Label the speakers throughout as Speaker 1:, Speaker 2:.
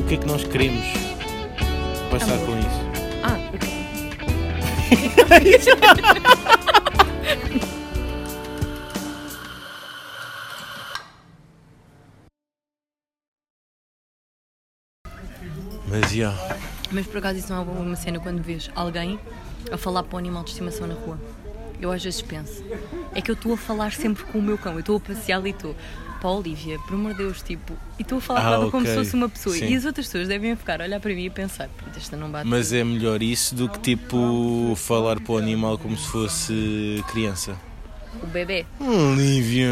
Speaker 1: o que é que nós queremos passar
Speaker 2: Amor.
Speaker 1: com isso.
Speaker 2: Ah, ok.
Speaker 1: Mas já.
Speaker 2: Mas por acaso isso não é uma cena quando vês alguém a falar para um animal de estimação na rua. Eu às vezes penso, é que eu estou a falar sempre com o meu cão, eu estou a passear e estou para a Olivia, por amor de Deus, tipo, e estou a falar
Speaker 1: Ah,
Speaker 2: com ela como
Speaker 1: ok.
Speaker 2: se fosse uma pessoa.
Speaker 1: Sim.
Speaker 2: E as outras pessoas devem ficar a olhar para mim e pensar, "Pronto, esta não bate.
Speaker 1: Mas é melhor isso do que tipo falar para o animal como se fosse criança.
Speaker 2: O bebê.
Speaker 1: Hum, Olivia!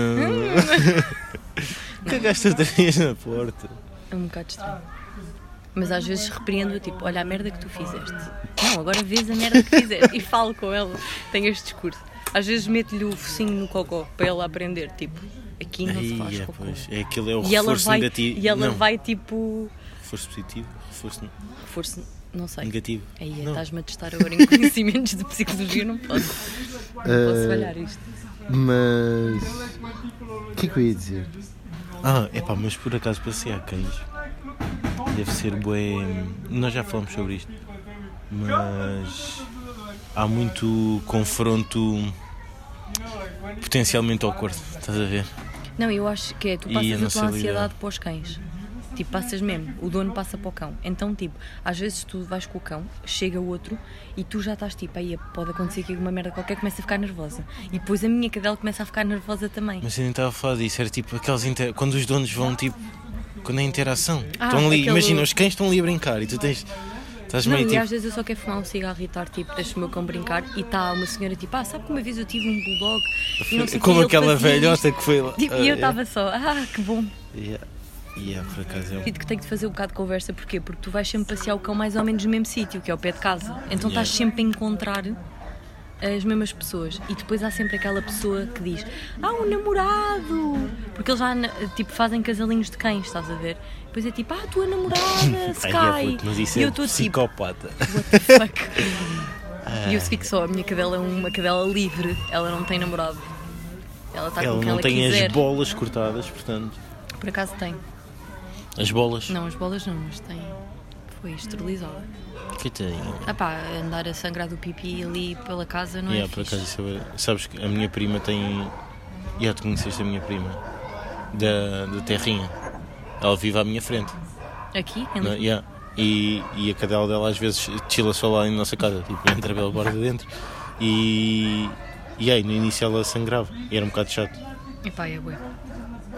Speaker 1: O que é que esta três na porta?
Speaker 2: É um bocado estranho. Mas às vezes repreendo tipo, olha a merda que tu fizeste. Não, agora vês a merda que fizeste e falo com ela. Tenho este discurso. Às vezes meto-lhe o focinho no cocó para ela aprender, tipo, aqui não se faz
Speaker 1: Ai, é,
Speaker 2: cocó.
Speaker 1: pois, é aquilo é o
Speaker 2: E ela
Speaker 1: reforço
Speaker 2: vai,
Speaker 1: negativo.
Speaker 2: e ela
Speaker 1: não,
Speaker 2: vai tipo,
Speaker 1: reforço positivo, reforço ne-
Speaker 2: reforço, não sei.
Speaker 1: negativo.
Speaker 2: Aí
Speaker 1: Não.
Speaker 2: estás-me a testar agora em conhecimentos de psicologia, não posso. Não posso olhar isto.
Speaker 3: Mas. O que é que eu ia dizer?
Speaker 1: Ah, é pá, mas por acaso passei a cães. Deve ser bué. Nós já falamos sobre isto. Mas há muito confronto potencialmente awkward, estás a ver?
Speaker 2: Não, eu acho que é, tu
Speaker 1: E
Speaker 2: passas
Speaker 1: a
Speaker 2: a,
Speaker 1: nossa
Speaker 2: tua
Speaker 1: lidar.
Speaker 2: ansiedade para os cães. Tipo, passas mesmo, o dono passa para o cão. Então, tipo, às vezes tu vais com o cão, chega o outro e tu já estás tipo, aí pode acontecer aqui uma merda qualquer, começa a ficar nervosa. E depois a minha cadela começa a ficar nervosa também.
Speaker 1: Mas eu nem estava a falar disso, era tipo aquelas inter... quando os donos vão tipo. Quando é interação.
Speaker 2: Ah,
Speaker 1: estão ali,
Speaker 2: aquele-
Speaker 1: Imagina, os cães estão ali a brincar e tu tens. Estás
Speaker 2: Não,
Speaker 1: meio
Speaker 2: e
Speaker 1: tipo.
Speaker 2: às vezes eu só quero fumar um cigarro e estar tipo, deixa o meu cão brincar e está uma senhora tipo, ah, sabe que uma vez eu tive um bulldog e não sei o quê,
Speaker 1: Como
Speaker 2: ele
Speaker 1: aquela
Speaker 2: fazia
Speaker 1: velhota
Speaker 2: isto."
Speaker 1: que foi lá. é.
Speaker 2: Tipo, e eu estava só, ah, que bom.
Speaker 1: Yeah. Yeah, por acaso é um-
Speaker 2: Sinto que tenho de fazer um bocado de conversa, porquê? Porque tu vais sempre passear o cão mais ou menos no mesmo sítio, que é o pé de casa. Então
Speaker 1: Yeah.
Speaker 2: estás sempre a encontrar as mesmas pessoas. E depois há sempre aquela pessoa que diz: Ah, um namorado! Porque eles já na- tipo, fazem casalinhos de cães, estás a ver? Depois é tipo: Ah, a tua namorada,
Speaker 1: Ai, é
Speaker 2: Sky!
Speaker 1: puto, mas isso
Speaker 2: e
Speaker 1: é
Speaker 2: eu estou tipo:
Speaker 1: psicopata.
Speaker 2: What the fuck? E eu fico só: A minha cadela é uma cadela livre, ela não tem namorado. Ela está com
Speaker 1: Ela
Speaker 2: quem
Speaker 1: não
Speaker 2: ela
Speaker 1: tem
Speaker 2: quiser.
Speaker 1: as bolas cortadas, portanto.
Speaker 2: Por acaso tem.
Speaker 1: As bolas?
Speaker 2: Não, as bolas não, mas tem. Foi esterilizada.
Speaker 1: Que tem?
Speaker 2: Ah pá, andar a sangrar do pipi ali pela casa não
Speaker 1: Yeah,
Speaker 2: é
Speaker 1: por
Speaker 2: fixe.
Speaker 1: acaso, isso é- sabes que a minha prima tem. Já te conheceste a minha prima? Da, da Terrinha. Ela vive à minha frente.
Speaker 2: Aqui? Em
Speaker 1: Não, é?
Speaker 2: Lisboa?
Speaker 1: yeah. e, e a cadela dela às vezes chila só lá em nossa casa, tipo, entra pela borda dentro. E, e aí, no início ela sangrava. E era um bocado chato.
Speaker 2: Epá, é bué.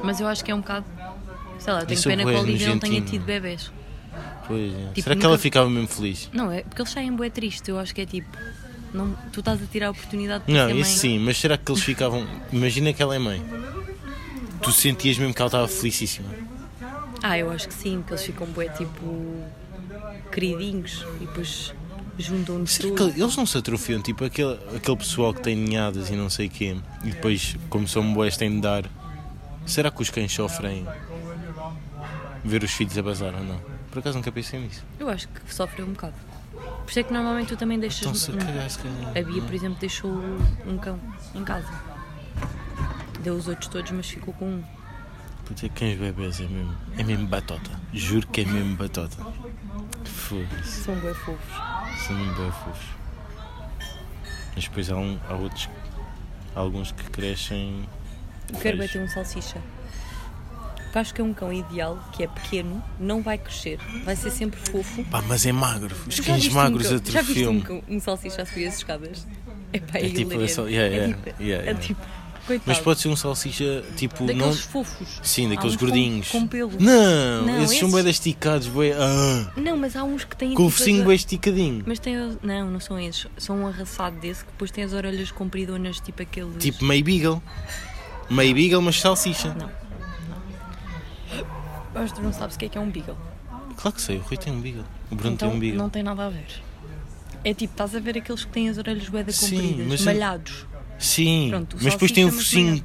Speaker 2: Mas eu acho que é um bocado... Sei lá, eu tenho
Speaker 1: Isso é
Speaker 2: pena que
Speaker 1: bué
Speaker 2: a Olivia não tenha
Speaker 1: nojentinho.
Speaker 2: tido bebés.
Speaker 1: Pois, yeah.
Speaker 2: Tipo,
Speaker 1: Será que ela
Speaker 2: nunca-
Speaker 1: ficava mesmo feliz?
Speaker 2: Não, é porque eles saem bué triste. Eu acho que é tipo... Não, tu estás a tirar a oportunidade de
Speaker 1: Não,
Speaker 2: ser
Speaker 1: isso
Speaker 2: é mãe.
Speaker 1: sim, mas será que eles ficavam. Imagina que ela é mãe. Tu sentias mesmo que ela estava felicíssima.
Speaker 2: Ah, eu acho que sim, porque eles ficam bué tipo... Queridinhos. E depois juntam-nos
Speaker 1: Será
Speaker 2: tudo.
Speaker 1: é que eles não se atrofiam? Tipo aquele, aquele pessoal que tem ninhadas e não sei o quê, e depois, como são boés, têm de dar. Será que os cães sofrem ver os filhos a bazar ou não? Por acaso nunca pensei nisso.
Speaker 2: Eu acho que sofreu um bocado. Por isso é que normalmente tu também deixas...
Speaker 1: Estão-se a
Speaker 2: um-
Speaker 1: cagar, Então, se calhar.
Speaker 2: A Bia, por exemplo, deixou um cão em casa. Deu os outros todos, mas ficou com um.
Speaker 1: Puta, cães bebês é mesmo, é mesmo batota. Juro que é mesmo batota. Foda-se,
Speaker 2: São bem fofos.
Speaker 1: são mesmo bem fofos. Mas depois há, um, há outros, há alguns que crescem.
Speaker 2: Eu quero
Speaker 1: feios.
Speaker 2: bater um salsicha. Porque acho que é um cão ideal, que é pequeno, não vai crescer, vai ser sempre fofo.
Speaker 1: Pá, mas é magro. Os
Speaker 2: Tu já
Speaker 1: cães
Speaker 2: viste
Speaker 1: magros
Speaker 2: um cão- Já viste um,
Speaker 1: atrofiam.
Speaker 2: cão- um salsicha a subir as escadas? Epá, é,
Speaker 1: É tipo, é
Speaker 2: hilariante.
Speaker 1: só- yeah,
Speaker 2: É
Speaker 1: yeah,
Speaker 2: tipo,
Speaker 1: yeah,
Speaker 2: é
Speaker 1: yeah.
Speaker 2: tipo, coitado.
Speaker 1: Mas pode ser um salsicha tipo.
Speaker 2: Daqueles
Speaker 1: não...
Speaker 2: fofos.
Speaker 1: Sim, daqueles
Speaker 2: Há uns com-
Speaker 1: gordinhos.
Speaker 2: Com, pelo.
Speaker 1: Não,
Speaker 2: Não,
Speaker 1: esses são
Speaker 2: esses-
Speaker 1: bem esticados, bem. Ah,
Speaker 2: Não, mas há uns que têm.
Speaker 1: com o
Speaker 2: tipo,
Speaker 1: focinho
Speaker 2: as-
Speaker 1: bem esticadinho.
Speaker 2: Mas tem. os- Não, não são esses. São um arraçado desse que depois tem as orelhas compridonas, tipo aqueles.
Speaker 1: Tipo meio beagle. Meio beagle, mas salsicha.
Speaker 2: Não. Mas tu não sabes o que é que é um beagle.
Speaker 1: Claro que sei, o Rui tem um beagle. O Bruno
Speaker 2: Então
Speaker 1: tem um beagle.
Speaker 2: não tem nada a ver. É tipo, estás a ver aqueles que têm as orelhas bué da
Speaker 1: Sim,
Speaker 2: compridas,
Speaker 1: mas-
Speaker 2: malhados.
Speaker 1: Sim,
Speaker 2: Pronto, o
Speaker 1: mas depois tem um
Speaker 2: salsicha, mas
Speaker 1: focinho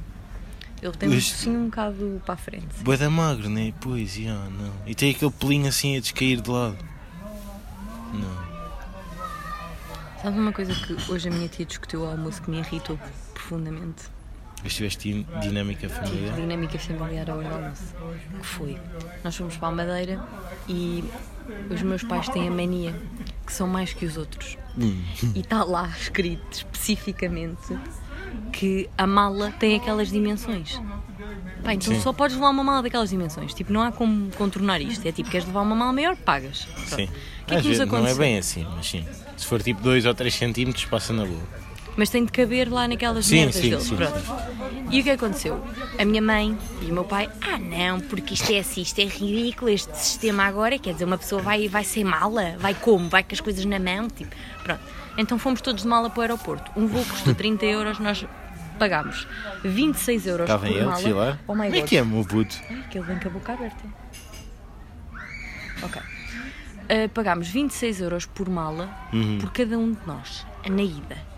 Speaker 2: Ele tem um
Speaker 1: Este-
Speaker 2: focinho um bocado para a frente.
Speaker 1: bué da magro, né? Pois, yeah, não. E tem aquele pelinho assim a descair de lado. Não.
Speaker 2: Sabes uma coisa que hoje a minha tia discutiu ao almoço que me irritou profundamente?
Speaker 1: Mas tiveste din- dinâmica
Speaker 2: Tive
Speaker 1: familiar?
Speaker 2: dinâmica familiar ao almoço. Que foi? Nós fomos para a Madeira e os meus pais têm a mania que são mais que os outros.
Speaker 1: Hum.
Speaker 2: E está lá escrito especificamente que a mala tem aquelas dimensões. Pá, então
Speaker 1: Sim.
Speaker 2: só podes levar uma mala daquelas dimensões. Tipo, não há como contornar isto. É tipo, queres levar uma mala maior, pagas. Pronto.
Speaker 1: Sim.
Speaker 2: O que é
Speaker 1: Às
Speaker 2: que
Speaker 1: vezes
Speaker 2: nos
Speaker 1: não é
Speaker 2: aconteceu?
Speaker 1: bem assim, mas sim. Se for tipo 2 ou 3 centímetros, passa na boa.
Speaker 2: mas tem de caber lá naquelas
Speaker 1: Sim,
Speaker 2: merdas
Speaker 1: sim,
Speaker 2: deles.
Speaker 1: sim.
Speaker 2: Pronto. E o que aconteceu? A minha mãe e o meu pai, ah não, porque isto é assim, isto é ridículo, este sistema agora, quer dizer, uma pessoa vai, vai sem mala, vai como? Vai com as coisas na mão, tipo, pronto. Então fomos todos de mala para o aeroporto. Um voo custou 30 euros, nós pagámos 26 euros
Speaker 1: Estava
Speaker 2: por
Speaker 1: ele,
Speaker 2: mala.
Speaker 1: sei lá.
Speaker 2: Oh my
Speaker 1: Como é
Speaker 2: God.
Speaker 1: que é, meu puto?
Speaker 2: Ai, que ele vem com a boca aberta. Ok. Ah, pagámos 26 euros por mala
Speaker 1: Uhum.
Speaker 2: por cada um de nós, na ida.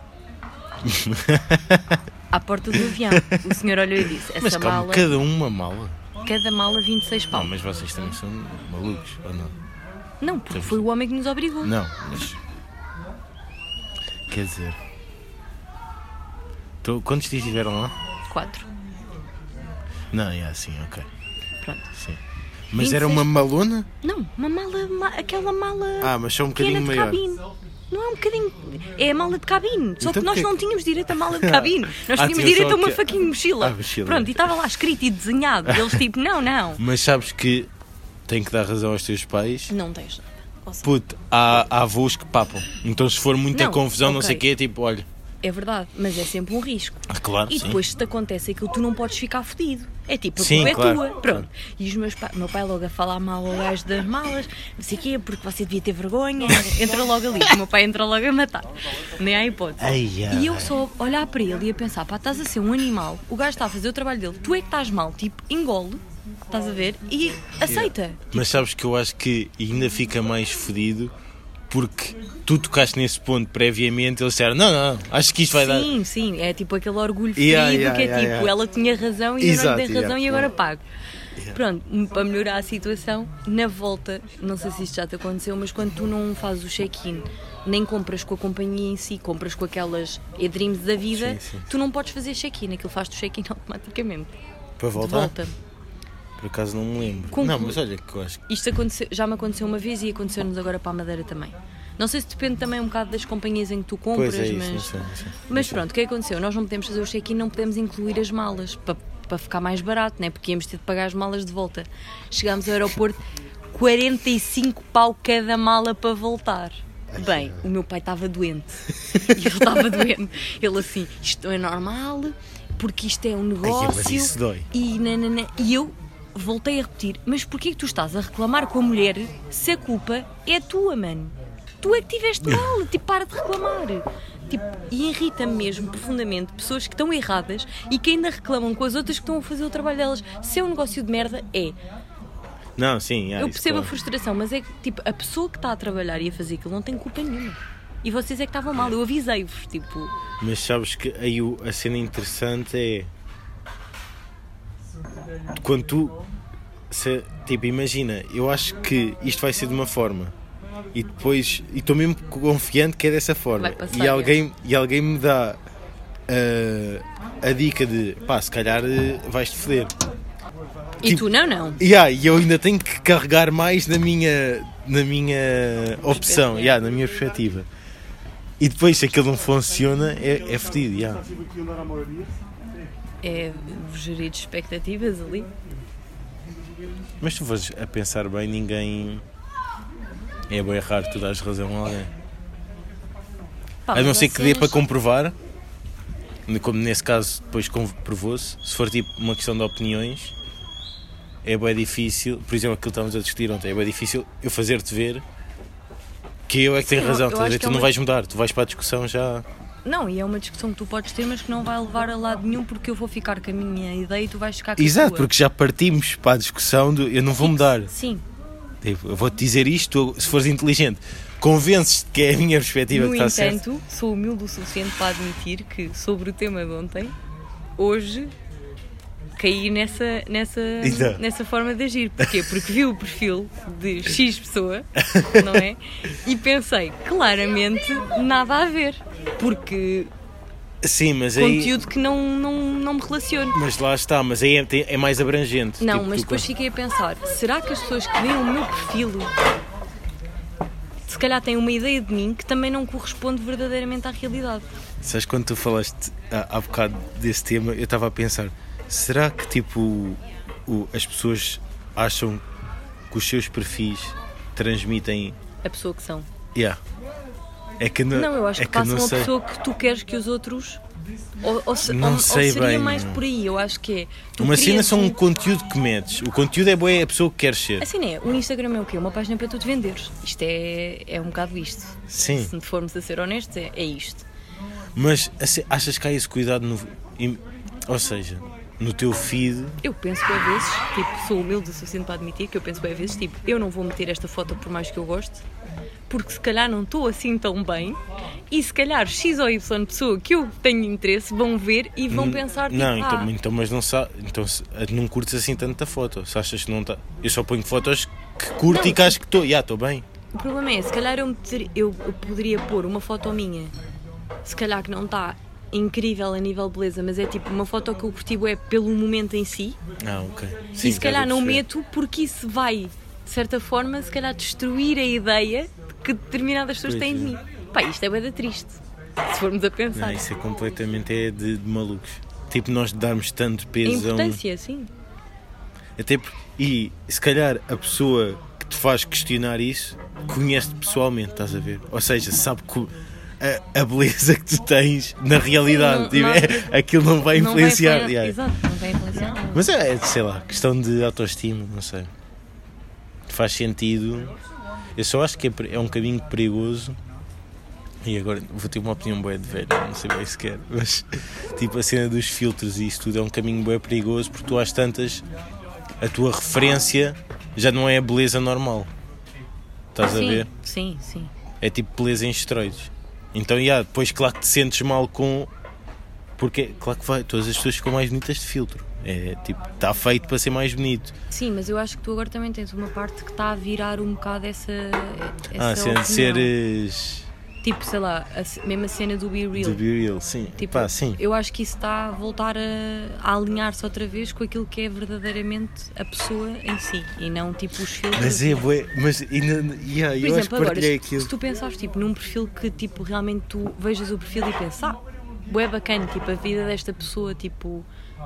Speaker 2: À porta do avião, o senhor olhou e disse:
Speaker 1: Mas
Speaker 2: Essa
Speaker 1: calma,
Speaker 2: mala,
Speaker 1: cada um uma mala.
Speaker 2: cada mala 26
Speaker 1: Não,
Speaker 2: pau.
Speaker 1: mas vocês também são malucos, ou não?
Speaker 2: Não, porque foi o homem que nos obrigou.
Speaker 1: Não, mas. Quer dizer. Tô- Quantos dias tiveram lá?
Speaker 2: Quatro.
Speaker 1: Não, é assim, ok.
Speaker 2: Pronto.
Speaker 1: Sim. Mas
Speaker 2: 26.
Speaker 1: era uma malona?
Speaker 2: Não, uma mala, ma- aquela mala
Speaker 1: Ah, mas só um
Speaker 2: pequena
Speaker 1: bocadinho
Speaker 2: de
Speaker 1: maior.
Speaker 2: cabine. Não é um bocadinho. É a mala de cabine. Só
Speaker 1: Então
Speaker 2: que nós
Speaker 1: porquê
Speaker 2: não
Speaker 1: que-
Speaker 2: tínhamos direito à mala de cabine. Nós
Speaker 1: Ah,
Speaker 2: tínhamos
Speaker 1: tinha
Speaker 2: direito
Speaker 1: só
Speaker 2: a uma
Speaker 1: que-
Speaker 2: faquinha mochila.
Speaker 1: Ah, mochila.
Speaker 2: Pronto, e estava lá escrito e desenhado. E eles tipo: Não, não.
Speaker 1: Mas sabes que tem que dar razão aos teus pais.
Speaker 2: Não tens nada. Ou seja,
Speaker 1: Puto, há, há avós que papam. Então se for muita
Speaker 2: Não,
Speaker 1: confusão, não
Speaker 2: ok.
Speaker 1: sei o quê, é tipo, olha.
Speaker 2: É verdade, mas é sempre um risco.
Speaker 1: Ah, claro,
Speaker 2: E
Speaker 1: sim.
Speaker 2: depois, se te acontece aquilo, tu não podes ficar fodido. É tipo, a
Speaker 1: Sim,
Speaker 2: culpa é
Speaker 1: claro.
Speaker 2: tua. Pronto. E os meus pa... meu pai logo a falar mal ao gajo das malas, não sei o quê, porque você devia ter vergonha. Entra logo ali. O meu pai entra logo a matar. Nem há hipótese.
Speaker 1: Ai, ai.
Speaker 2: E eu só olhar para ele e a pensar, pá, estás a ser um animal. O gajo está a fazer o trabalho dele. Tu é que estás mal. Tipo, engole, estás a ver, e aceita.
Speaker 1: Mas sabes que eu acho que ainda fica mais fodido porque tu tocaste nesse ponto previamente. Eles disseram, não, não, não, acho que isto vai dar.
Speaker 2: Sim, sim, é tipo aquele orgulho ferido
Speaker 1: Yeah, yeah,
Speaker 2: que é
Speaker 1: yeah,
Speaker 2: tipo,
Speaker 1: yeah.
Speaker 2: ela tinha razão e eu não
Speaker 3: Exato,
Speaker 2: lhe dei razão
Speaker 3: yeah,
Speaker 2: e agora
Speaker 3: yeah.
Speaker 2: pago. Pronto, para melhorar a situação, na volta, não sei se isto já te aconteceu, mas quando tu não fazes o check-in, nem compras com a companhia em si, compras com aquelas e-dreams da vida,
Speaker 1: Sim, sim.
Speaker 2: tu não podes fazer check-in, aquilo faz-te o check-in automaticamente.
Speaker 1: Para
Speaker 2: De
Speaker 1: voltar?
Speaker 2: volta.
Speaker 1: Por acaso não me lembro.
Speaker 2: Conclu-
Speaker 1: Não, mas olha que eu acho que.
Speaker 2: Isto aconteceu- já me aconteceu uma vez e aconteceu-nos agora para a Madeira também. Não sei se depende também um bocado das companhias em que tu compras,
Speaker 1: Pois é isso,
Speaker 2: mas.
Speaker 1: não sei, não sei.
Speaker 2: Mas pronto, o que é que aconteceu? Nós não podemos fazer o check-in, não podemos incluir as malas para, para ficar mais barato, né? porque íamos ter de pagar as malas de volta. Chegámos ao aeroporto, 45 pau cada mala para voltar. Bem, o meu pai estava doente. Ele estava doente. Ele assim, isto não é normal, porque isto é um negócio.
Speaker 1: mas isso dói.
Speaker 2: E, nanana, e eu voltei a repetir, mas porquê que tu estás a reclamar com a mulher se a culpa é tua, mano? Tu é que tiveste mal, tipo, para de reclamar. Tipo, e irrita-me mesmo profundamente pessoas que estão erradas e que ainda reclamam com as outras que estão a fazer o trabalho delas. Se é um negócio de merda, é.
Speaker 1: Ah, Não, sim, há
Speaker 2: Eu
Speaker 1: isso,
Speaker 2: percebo a
Speaker 1: claro.
Speaker 2: frustração, mas é que, tipo, a pessoa que está a trabalhar e a fazer aquilo não tem culpa nenhuma. E vocês é que estavam mal, eu avisei-vos, tipo,
Speaker 1: Mas sabes que aí o- a cena interessante é quando tu se- tipo, imagina, eu acho que isto vai ser de uma forma e depois e estou mesmo confiante que é dessa forma
Speaker 2: Vai passar,
Speaker 1: e alguém, e alguém me dá ah, a dica de pá, se calhar eh, vais-te foder
Speaker 2: e
Speaker 1: Tipo-
Speaker 2: tu não, não.
Speaker 1: Yeah, e eu ainda tenho que carregar mais na minha, na minha opção,
Speaker 2: Perspectiva.
Speaker 1: yeah, na minha perspectiva. E depois, se aquilo não funciona, é, é fodido. yeah.
Speaker 2: É gerir expectativas ali.
Speaker 1: Mas tu fores a pensar bem, ninguém. É bem raro tu dares razão a alguém.
Speaker 2: Pá,
Speaker 1: A não
Speaker 2: mas
Speaker 1: ser que dê
Speaker 2: vocês-
Speaker 1: para comprovar, como nesse caso depois comprovou-se, se for tipo uma questão de opiniões, é bem difícil, por exemplo, aquilo que estávamos a discutir ontem, é bem difícil eu fazer-te ver que eu é que tenho
Speaker 2: Sim, eu-
Speaker 1: razão,
Speaker 2: eu
Speaker 1: estás a
Speaker 2: acho
Speaker 1: dizer,
Speaker 2: que
Speaker 1: tu
Speaker 2: é
Speaker 1: não
Speaker 2: uma-
Speaker 1: vais mudar, tu vais para a discussão já.
Speaker 2: Não, e é uma discussão que tu podes ter, mas que não vai levar a lado nenhum, porque eu vou ficar com a minha ideia e tu vais ficar com a
Speaker 1: Exato,
Speaker 2: tua.
Speaker 1: porque já partimos para a discussão do eu não vou mudar.
Speaker 2: Sim,
Speaker 1: Tipo, eu vou-te dizer isto, tu, se fores inteligente, convences-te que é a minha perspectiva
Speaker 2: no
Speaker 1: que está
Speaker 2: entanto,
Speaker 1: certa.
Speaker 2: sou humilde o suficiente para admitir que, sobre o tema de ontem, hoje caí nessa, nessa,
Speaker 1: Exato.
Speaker 2: nessa forma de agir. Porquê? Porque vi o perfil de X pessoa, não é? E pensei, claramente, nada a ver. Porque
Speaker 1: Sim, mas aí.
Speaker 2: Conteúdo que não, não, não me relaciono.
Speaker 1: Mas lá está, mas aí é, tem- é mais abrangente.
Speaker 2: Não,
Speaker 1: Tipo,
Speaker 2: mas
Speaker 1: tu
Speaker 2: depois fiquei a pensar: será que as pessoas que veem o meu perfil se calhar têm uma ideia de mim que também não corresponde verdadeiramente à realidade?
Speaker 1: Sabes quando tu falaste ah, há, há bocado desse tema, eu estava a pensar, será que tipo o- as pessoas acham que os seus perfis transmitem.
Speaker 2: A pessoa que são.
Speaker 1: Yeah. É que não,
Speaker 2: Não, eu acho
Speaker 1: é
Speaker 2: que passam
Speaker 1: não
Speaker 2: a
Speaker 1: sei.
Speaker 2: pessoa que tu queres que os outros. Ou, ou, se-
Speaker 1: Não
Speaker 2: ou- ou
Speaker 1: sei
Speaker 2: seria
Speaker 1: bem,
Speaker 2: mais
Speaker 1: não.
Speaker 2: por aí, eu acho que é. tu
Speaker 1: Uma cena
Speaker 2: crias
Speaker 1: são
Speaker 2: um-
Speaker 1: um conteúdo que medes. O conteúdo é boa, é a pessoa que queres ser.
Speaker 2: Assim é, o Instagram é o quê? Uma página para tu te venderes. Isto é, é um bocado isto.
Speaker 1: Sim.
Speaker 2: Se formos a ser honestos, é, é isto.
Speaker 1: Mas assim, achas que há esse cuidado no. im- Ou seja, no teu feed.
Speaker 2: Eu penso bem vezes, tipo, sou humilde o suficiente para admitir que eu penso bem vezes, tipo, eu não vou meter esta foto por mais que eu goste, porque se calhar não estou assim tão bem, e se calhar X ou Y pessoa que eu tenho interesse vão ver e vão pensar, tipo,
Speaker 1: Não, então,
Speaker 2: "Ah,
Speaker 1: então mas não sa... então, se- não curtes assim tanto a foto. Se achas que não está. Eu só ponho fotos que curto e que acho que estou. Já, estou bem.
Speaker 2: O problema é, se calhar eu, meter- eu- eu poderia pôr uma foto minha, se calhar que não está incrível a nível beleza, mas é tipo uma foto que eu curti é pelo momento em si,
Speaker 1: Ah, ok.
Speaker 2: e se
Speaker 1: já
Speaker 2: calhar
Speaker 1: estou a
Speaker 2: não
Speaker 1: perceber.
Speaker 2: meto porque isso vai, de certa forma, se calhar destruir a ideia que determinadas pessoas
Speaker 1: Pois
Speaker 2: têm de
Speaker 1: é.
Speaker 2: mim. Pá, isto é bem triste, se formos a
Speaker 1: Não,
Speaker 2: pensar.
Speaker 1: isso é completamente é de, de malucos. Tipo, nós darmos tanto
Speaker 2: a
Speaker 1: peso a um.
Speaker 2: importância, sim.
Speaker 1: Até por- E se calhar a pessoa que te faz questionar isso conhece-te pessoalmente, estás a ver? Ou seja, sabe que a, a beleza que tu tens na realidade,
Speaker 2: Sim, não-
Speaker 1: tipo, é- aquilo não vai influenciar.
Speaker 2: Não vai influenciar-
Speaker 1: yeah.
Speaker 2: Exato, não vai influenciar nada.
Speaker 1: Mas é, sei lá, questão de autoestima, não sei. Faz sentido. Eu só acho que é, per- é um caminho perigoso. E agora vou ter uma opinião boa de velho, não sei bem sequer, mas tipo a cena dos filtros e isso tudo é um caminho bem perigoso porque tu às tantas a tua referência já não é a beleza normal. Estás a ver?
Speaker 2: Sim, sim, sim.
Speaker 1: É tipo beleza em esteroides. Então, yeah, depois, claro que te sentes mal com. Porque, claro que vai, todas as pessoas ficam mais bonitas de filtro. É tipo, está feito para ser mais bonito.
Speaker 2: Sim, mas eu acho que tu agora também tens uma parte que está a virar um bocado essa. essa é
Speaker 1: ah, sendo
Speaker 2: opinião.
Speaker 1: de seres.
Speaker 2: Tipo, sei lá, a ce- mesmo a cena do Be Real.
Speaker 1: Do Be Real, sim.
Speaker 2: Tipo,
Speaker 1: Pá, sim.
Speaker 2: Eu acho que isso está a voltar a, a alinhar-se outra vez com aquilo que é verdadeiramente a pessoa em si e não tipo os filtros.
Speaker 1: Mas é, bué, mas ainda. Yeah,
Speaker 2: Por
Speaker 1: eu acho que
Speaker 2: exemplo, agora,
Speaker 1: partilhei
Speaker 2: se,
Speaker 1: aquilo.
Speaker 2: se tu pensares tipo, num perfil que tipo, realmente tu vejas o perfil e pensas, ah, é bacana, tipo, a vida desta pessoa, tipo,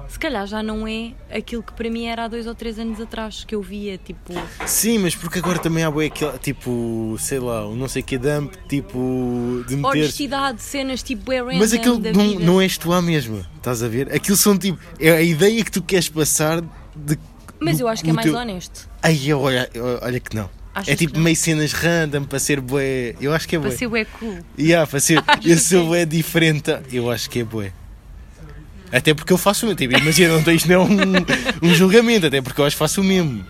Speaker 2: se calhar já não é aquilo que para mim era há dois ou três anos atrás que eu via, tipo,
Speaker 1: Sim, mas porque agora também há bué aquele, tipo, sei lá, um não sei que dump, tipo, de meter.
Speaker 2: honestidade, cenas tipo, é random
Speaker 1: Mas aquilo
Speaker 2: da
Speaker 1: não,
Speaker 2: vida.
Speaker 1: não é és tu à mesma, estás a ver? Aquilo são tipo, é a ideia que tu queres passar de.
Speaker 2: Mas
Speaker 1: do-
Speaker 2: eu acho que é
Speaker 1: do
Speaker 2: mais
Speaker 1: teu-
Speaker 2: honesto.
Speaker 1: Ai, eu olha, eu- olha que não.
Speaker 2: Achas
Speaker 1: é tipo
Speaker 2: que não?
Speaker 1: meio cenas random para ser bué. Eu acho que é bué.
Speaker 2: Para ser bué cool.
Speaker 1: Yeah, para ser...
Speaker 2: Achas
Speaker 1: Eu
Speaker 2: que
Speaker 1: sou
Speaker 2: é?
Speaker 1: bué diferente. Eu acho que é bué. Até porque eu faço o mesmo. Tipo, imagina, não, isto não é um, um julgamento, até porque eu acho que faço o mesmo.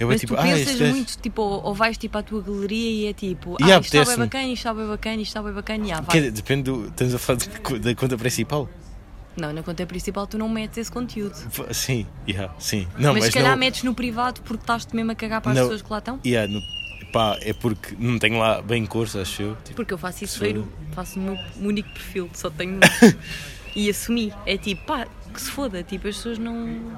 Speaker 1: Eu é
Speaker 2: Mas
Speaker 1: tipo,
Speaker 2: tu
Speaker 1: ah,
Speaker 2: pensas
Speaker 1: este gajo-
Speaker 2: muito, tipo, ou, ou vais tipo à tua galeria e é tipo,
Speaker 1: Yeah,
Speaker 2: ah, isto está bem
Speaker 1: apetece-me.
Speaker 2: bacana, isto está bem bacana, isto está bem bacana, e ah, vai.
Speaker 1: Quer dizer, depende do. Estamos a falar de co- da conta principal?
Speaker 2: Não, na conta principal tu não metes esse conteúdo.
Speaker 1: F- Sim, yeah, sim. Não, mas,
Speaker 2: mas se calhar
Speaker 1: não...
Speaker 2: metes no privado porque estás-te mesmo a cagar para as
Speaker 1: Não.
Speaker 2: pessoas que lá estão.
Speaker 1: Yeah, no... Pá, é porque não tenho lá bem curso, acho eu. Tipo,
Speaker 2: Porque eu faço isso,
Speaker 1: Sou eu.
Speaker 2: veiro, faço o meu único perfil, só tenho um. e assumi. É tipo, pá, que se foda, tipo, as pessoas não.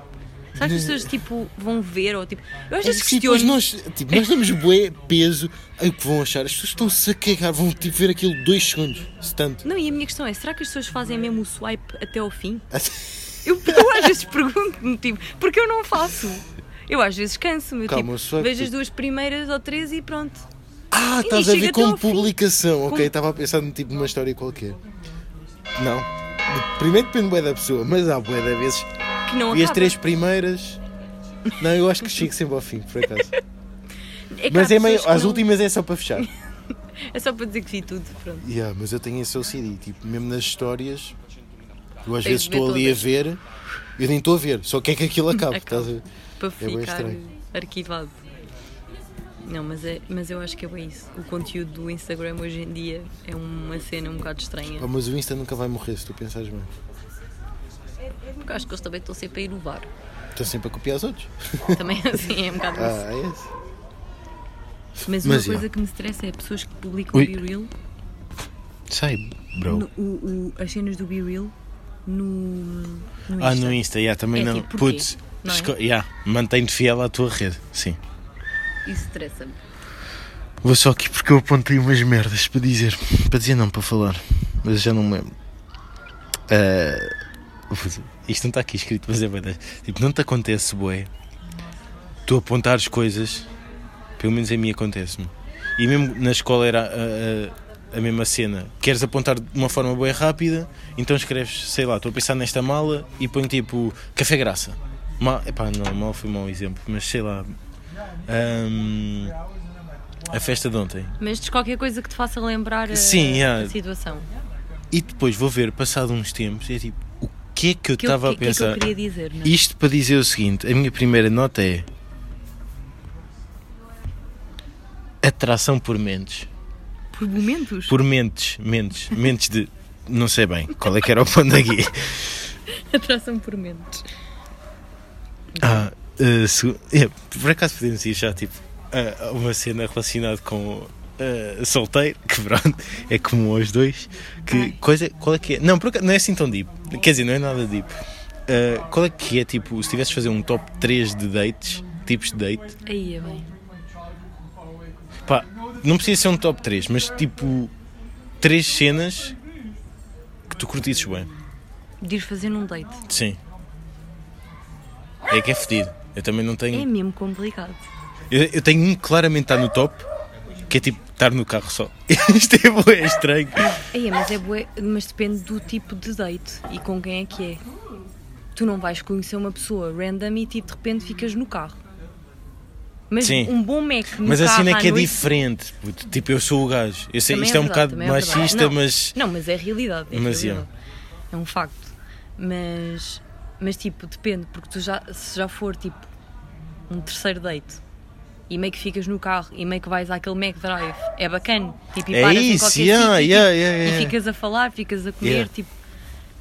Speaker 2: Sabes que as pessoas tipo vão ver ou tipo. Eu às vezes
Speaker 1: Sim, pois
Speaker 2: questiono.
Speaker 1: nós, É tipo, nós damos bué peso ao que vão achar. As pessoas estão-se a cagar, vão tipo, ver aquilo dois segundos, se tanto.
Speaker 2: Não, e a minha questão é, será que as pessoas fazem mesmo o swipe até ao fim?
Speaker 1: Ah,
Speaker 2: Eu, eu às vezes pergunto-me, tipo, porque eu não faço. Eu às vezes canso-me, eu,
Speaker 1: Calma,
Speaker 2: tipo,
Speaker 1: o swipe-
Speaker 2: vejo as duas primeiras ou três e pronto.
Speaker 1: Ah,
Speaker 2: E
Speaker 1: estás a
Speaker 2: chega
Speaker 1: ver
Speaker 2: até ao
Speaker 1: como
Speaker 2: fim.
Speaker 1: publicação.
Speaker 2: Como-
Speaker 1: Ok, estava a pensar no tipo de uma história qualquer. Não. De- Primeiro depende bué da pessoa, mas há bué da vezes.
Speaker 2: Que não
Speaker 1: E as
Speaker 2: acaba.
Speaker 1: três primeiras... Não, eu acho que chego sempre ao fim, por acaso.
Speaker 2: É que
Speaker 1: Mas
Speaker 2: há
Speaker 1: é meio...
Speaker 2: pessoas que
Speaker 1: As
Speaker 2: não-
Speaker 1: últimas é só para fechar.
Speaker 2: É só para dizer que vi tudo, pronto.
Speaker 1: Yeah, mas eu tenho esse LCD, tipo, mesmo nas histórias, eu às
Speaker 2: Tens
Speaker 1: vezes
Speaker 2: de ver
Speaker 1: estou ali a
Speaker 2: todas. É
Speaker 1: ver, eu nem estou a ver, só quero que aquilo acabe,
Speaker 2: Acaba.
Speaker 1: estás a ver?
Speaker 2: Para
Speaker 1: É bué
Speaker 2: ficar
Speaker 1: estranho.
Speaker 2: arquivado. Não, mas, é, mas eu acho que é bem isso. O conteúdo do Instagram hoje em dia é uma cena um bocado estranha.
Speaker 1: Pá, mas o Insta nunca vai morrer se tu pensares bem.
Speaker 2: Porque eu acho que eles também estão sempre a inovar.
Speaker 1: Estão sempre a copiar os outros.
Speaker 2: Também assim é um bocado isso.
Speaker 1: Ah, é esse.
Speaker 2: Mas uma
Speaker 1: mas,
Speaker 2: coisa
Speaker 1: yeah.
Speaker 2: que me estressa é pessoas que publicam
Speaker 1: Ui.
Speaker 2: Be Real
Speaker 1: Sei, bro.
Speaker 2: No- o- o- as cenas do Be Real no, no Insta.
Speaker 1: ah, no Insta, yeah, também
Speaker 2: É
Speaker 1: não.
Speaker 2: tipo, porquê?
Speaker 1: Putz,
Speaker 2: Não é?
Speaker 1: esco- yeah, mantém-te fiel à tua rede, sim.
Speaker 2: Isso estressa-me.
Speaker 1: Vou só aqui porque eu apontei umas merdas para dizer. Para dizer não, para falar. Mas já não me lembro. Ah, vou fazer- isto não está aqui escrito, mas é verdade. Tipo, não te acontece, boé. Tu apontares coisas, pelo menos a mim acontece-me. E mesmo na escola era a, a- a mesma cena. Queres apontar de uma forma boa rápida, então escreves, sei lá, estou a pensar nesta mala e põe tipo café graça. Ma epá, não, mal foi mau exemplo, mas sei lá. Ahm, a festa de ontem.
Speaker 2: Mas diz qualquer coisa que te faça lembrar a,
Speaker 1: Sim, é. yeah.
Speaker 2: a situação.
Speaker 1: E depois vou ver, passado uns tempos, é tipo, o que é que eu
Speaker 2: Que eu-
Speaker 1: estava a
Speaker 2: que, que é que eu
Speaker 1: pensar?
Speaker 2: queria dizer, não é?
Speaker 1: Isto para dizer o seguinte: a minha primeira nota é. Atração por mentes.
Speaker 2: Por momentos.
Speaker 1: Por mentes, mentes, mentes de. Não sei bem qual é que era o ponto aqui.
Speaker 2: Atração por momentos.
Speaker 1: Ah, eh, segu- é, por acaso podemos ir já tipo a a uma cena relacionada com eh, solteiro, que pronto, é comum aos dois. Que
Speaker 2: Ai.
Speaker 1: coisa, qual é que é? Não, por acaso, não é assim tão deep. Quer dizer, não é nada deep. Eh, qual é que é tipo, se tivesse de fazer um top 3 de dates, tipos de date,
Speaker 2: Aí é bem.
Speaker 1: pá, não precisa ser um top 3, mas tipo três cenas que tu curtisses bem.
Speaker 2: De ir fazer num date.
Speaker 1: Sim. É que é fedido. Eu também não tenho.
Speaker 2: É mesmo complicado.
Speaker 1: Eu, eu tenho um que claramente está no top, que é tipo estar no carro só. Isto é, bué estranho.
Speaker 2: Aí, é, mas é bué, mas depende do tipo de date e com quem é que é. Tu não vais conhecer uma pessoa random e tipo de repente ficas no carro. Mas
Speaker 1: Sim.
Speaker 2: um bom Mac no
Speaker 1: Mas a
Speaker 2: carro
Speaker 1: cena é
Speaker 2: à
Speaker 1: que é
Speaker 2: noite-
Speaker 1: diferente. puto. Tipo, eu sou o gajo. Eu sei,
Speaker 2: Também
Speaker 1: isto é, um
Speaker 2: verdade,
Speaker 1: bocado
Speaker 2: também é verdade.
Speaker 1: machista,
Speaker 2: Não,
Speaker 1: mas.
Speaker 2: Não, mas é realidade. É,
Speaker 1: Mas,
Speaker 2: realidade. é um facto. Mas, mas tipo, depende, porque tu já, se já for tipo um terceiro date e meio que ficas no carro e meio que vais àquele Mac Drive, é bacana. Tipo, e
Speaker 1: É
Speaker 2: paras em
Speaker 1: isso,
Speaker 2: qualquer
Speaker 1: yeah,
Speaker 2: sítio,
Speaker 1: yeah,
Speaker 2: tipo,
Speaker 1: yeah, yeah.
Speaker 2: e ficas a falar, ficas a comer,
Speaker 1: Yeah.
Speaker 2: tipo,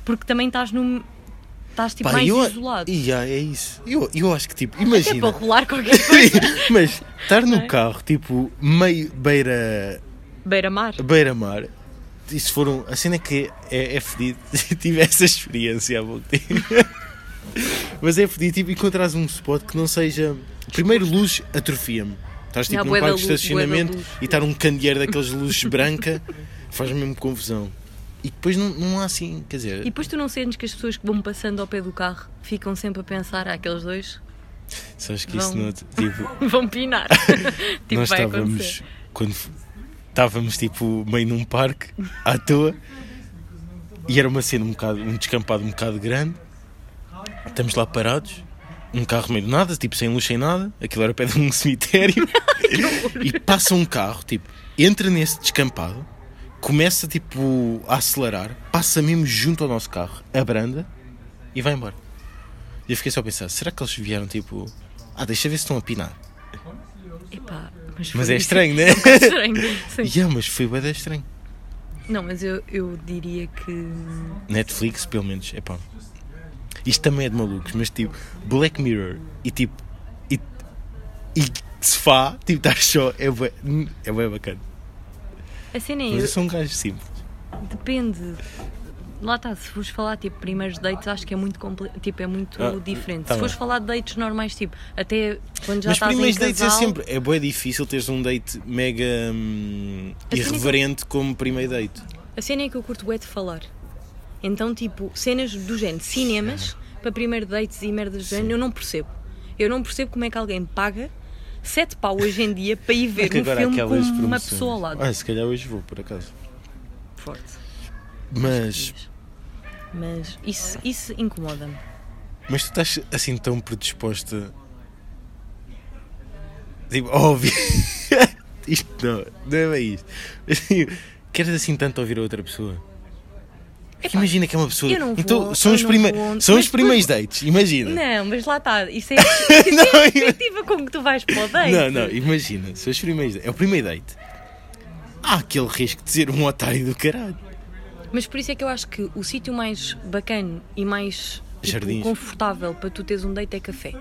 Speaker 2: porque também estás num. Estás tipo
Speaker 1: Pá,
Speaker 2: mais
Speaker 1: eu,
Speaker 2: isolado.
Speaker 1: Yeah, é isso. Eu, eu acho que tipo,
Speaker 2: É
Speaker 1: imagina.
Speaker 2: para rolar qualquer coisa.
Speaker 1: mas estar
Speaker 2: é?
Speaker 1: no carro, tipo, meio beira.
Speaker 2: Beira-mar.
Speaker 1: beira-mar. E se for um. A cena é que é, é fedido. Tive essa experiência há pouco tempo. Mas é fedido, tipo, encontrares um spot que não seja. Primeiro, luz atrofia-me. Estás tipo
Speaker 2: Yeah,
Speaker 1: num
Speaker 2: bué da
Speaker 1: parque de
Speaker 2: luz, bué da
Speaker 1: estacionamento
Speaker 2: luz.
Speaker 1: e estar um candeeiro daqueles de luz branca faz mesmo confusão. E depois não, não há assim, quer dizer.
Speaker 2: E depois tu não sentes que as pessoas que vão passando ao pé do carro ficam sempre a pensar àqueles dois
Speaker 1: Sabes que isso
Speaker 2: vão-
Speaker 1: não. Tipo,
Speaker 2: vão pinar. tipo,
Speaker 1: nós
Speaker 2: vai
Speaker 1: estávamos
Speaker 2: acontecer.
Speaker 1: quando f- estávamos tipo meio num parque à toa e era uma cena um bocado um descampado um bocado grande estamos lá parados um carro meio do nada tipo sem luz sem nada aquilo era pé de um cemitério e passa um carro tipo entra nesse descampado começa tipo a acelerar passa mesmo junto ao nosso carro abranda e vai embora e eu fiquei só a pensar será que eles vieram tipo ah deixa ver se estão a pinar
Speaker 2: Epá, mas,
Speaker 1: mas
Speaker 2: foi-
Speaker 1: é estranho né
Speaker 2: estranho. sim.
Speaker 1: Yeah, mas foi bem estranho.
Speaker 2: Não, mas eu, eu diria que.
Speaker 1: Netflix, pelo menos, é pá. Isto também é de malucos, mas tipo, Black Mirror e tipo. e, e sofá, tipo, estás só, é bem, é bué bacana.
Speaker 2: A cena é.
Speaker 1: Mas eu
Speaker 2: eu-
Speaker 1: sou um gajo simples.
Speaker 2: Depende. Lá está, se fores falar tipo primeiros dates, acho que é muito comple- tipo é muito
Speaker 1: Ah,
Speaker 2: diferente.
Speaker 1: tá bem.
Speaker 2: se fores falar de dates normais, tipo, até quando já
Speaker 1: mas
Speaker 2: estás em
Speaker 1: primeiros dates é
Speaker 2: casal,
Speaker 1: sempre. É bem difícil teres um date mega hum,
Speaker 2: A cena é que-
Speaker 1: irreverente como primeiro date.
Speaker 2: A cena é que eu curto é de falar. Então, tipo, cenas do género, cinemas, para primeiro dates e merdas do género, eu não percebo. Eu não percebo como é que alguém paga sete pau hoje em dia para ir ver
Speaker 1: Porque
Speaker 2: um filme com uma
Speaker 1: promoções.
Speaker 2: pessoa ao lado.
Speaker 1: Ah, se calhar hoje vou, por acaso.
Speaker 2: Forte.
Speaker 1: Mas.
Speaker 2: Mas isso, isso incomoda-me.
Speaker 1: Mas tu estás assim tão predisposta. Tipo, a ouvir. isto não, não é bem isto. Mas, tipo, Queres assim tanto ouvir a outra pessoa? É que imagina que é uma pessoa.
Speaker 2: eu não vou,
Speaker 1: então, são
Speaker 2: eu
Speaker 1: os,
Speaker 2: não
Speaker 1: prime...
Speaker 2: vou.
Speaker 1: são
Speaker 2: Mas
Speaker 1: os primeiros dates, imagina.
Speaker 2: Não, mas lá está. Isso é, isso é a perspectiva com que tu vais para o date.
Speaker 1: Não, não, imagina, são os primeiros date. É o primeiro date. Há aquele risco de ser um otário do caralho.
Speaker 2: Mas por isso é que eu acho que o sítio mais bacana e mais tipo,
Speaker 1: Jardins.
Speaker 2: confortável para tu teres um date é café.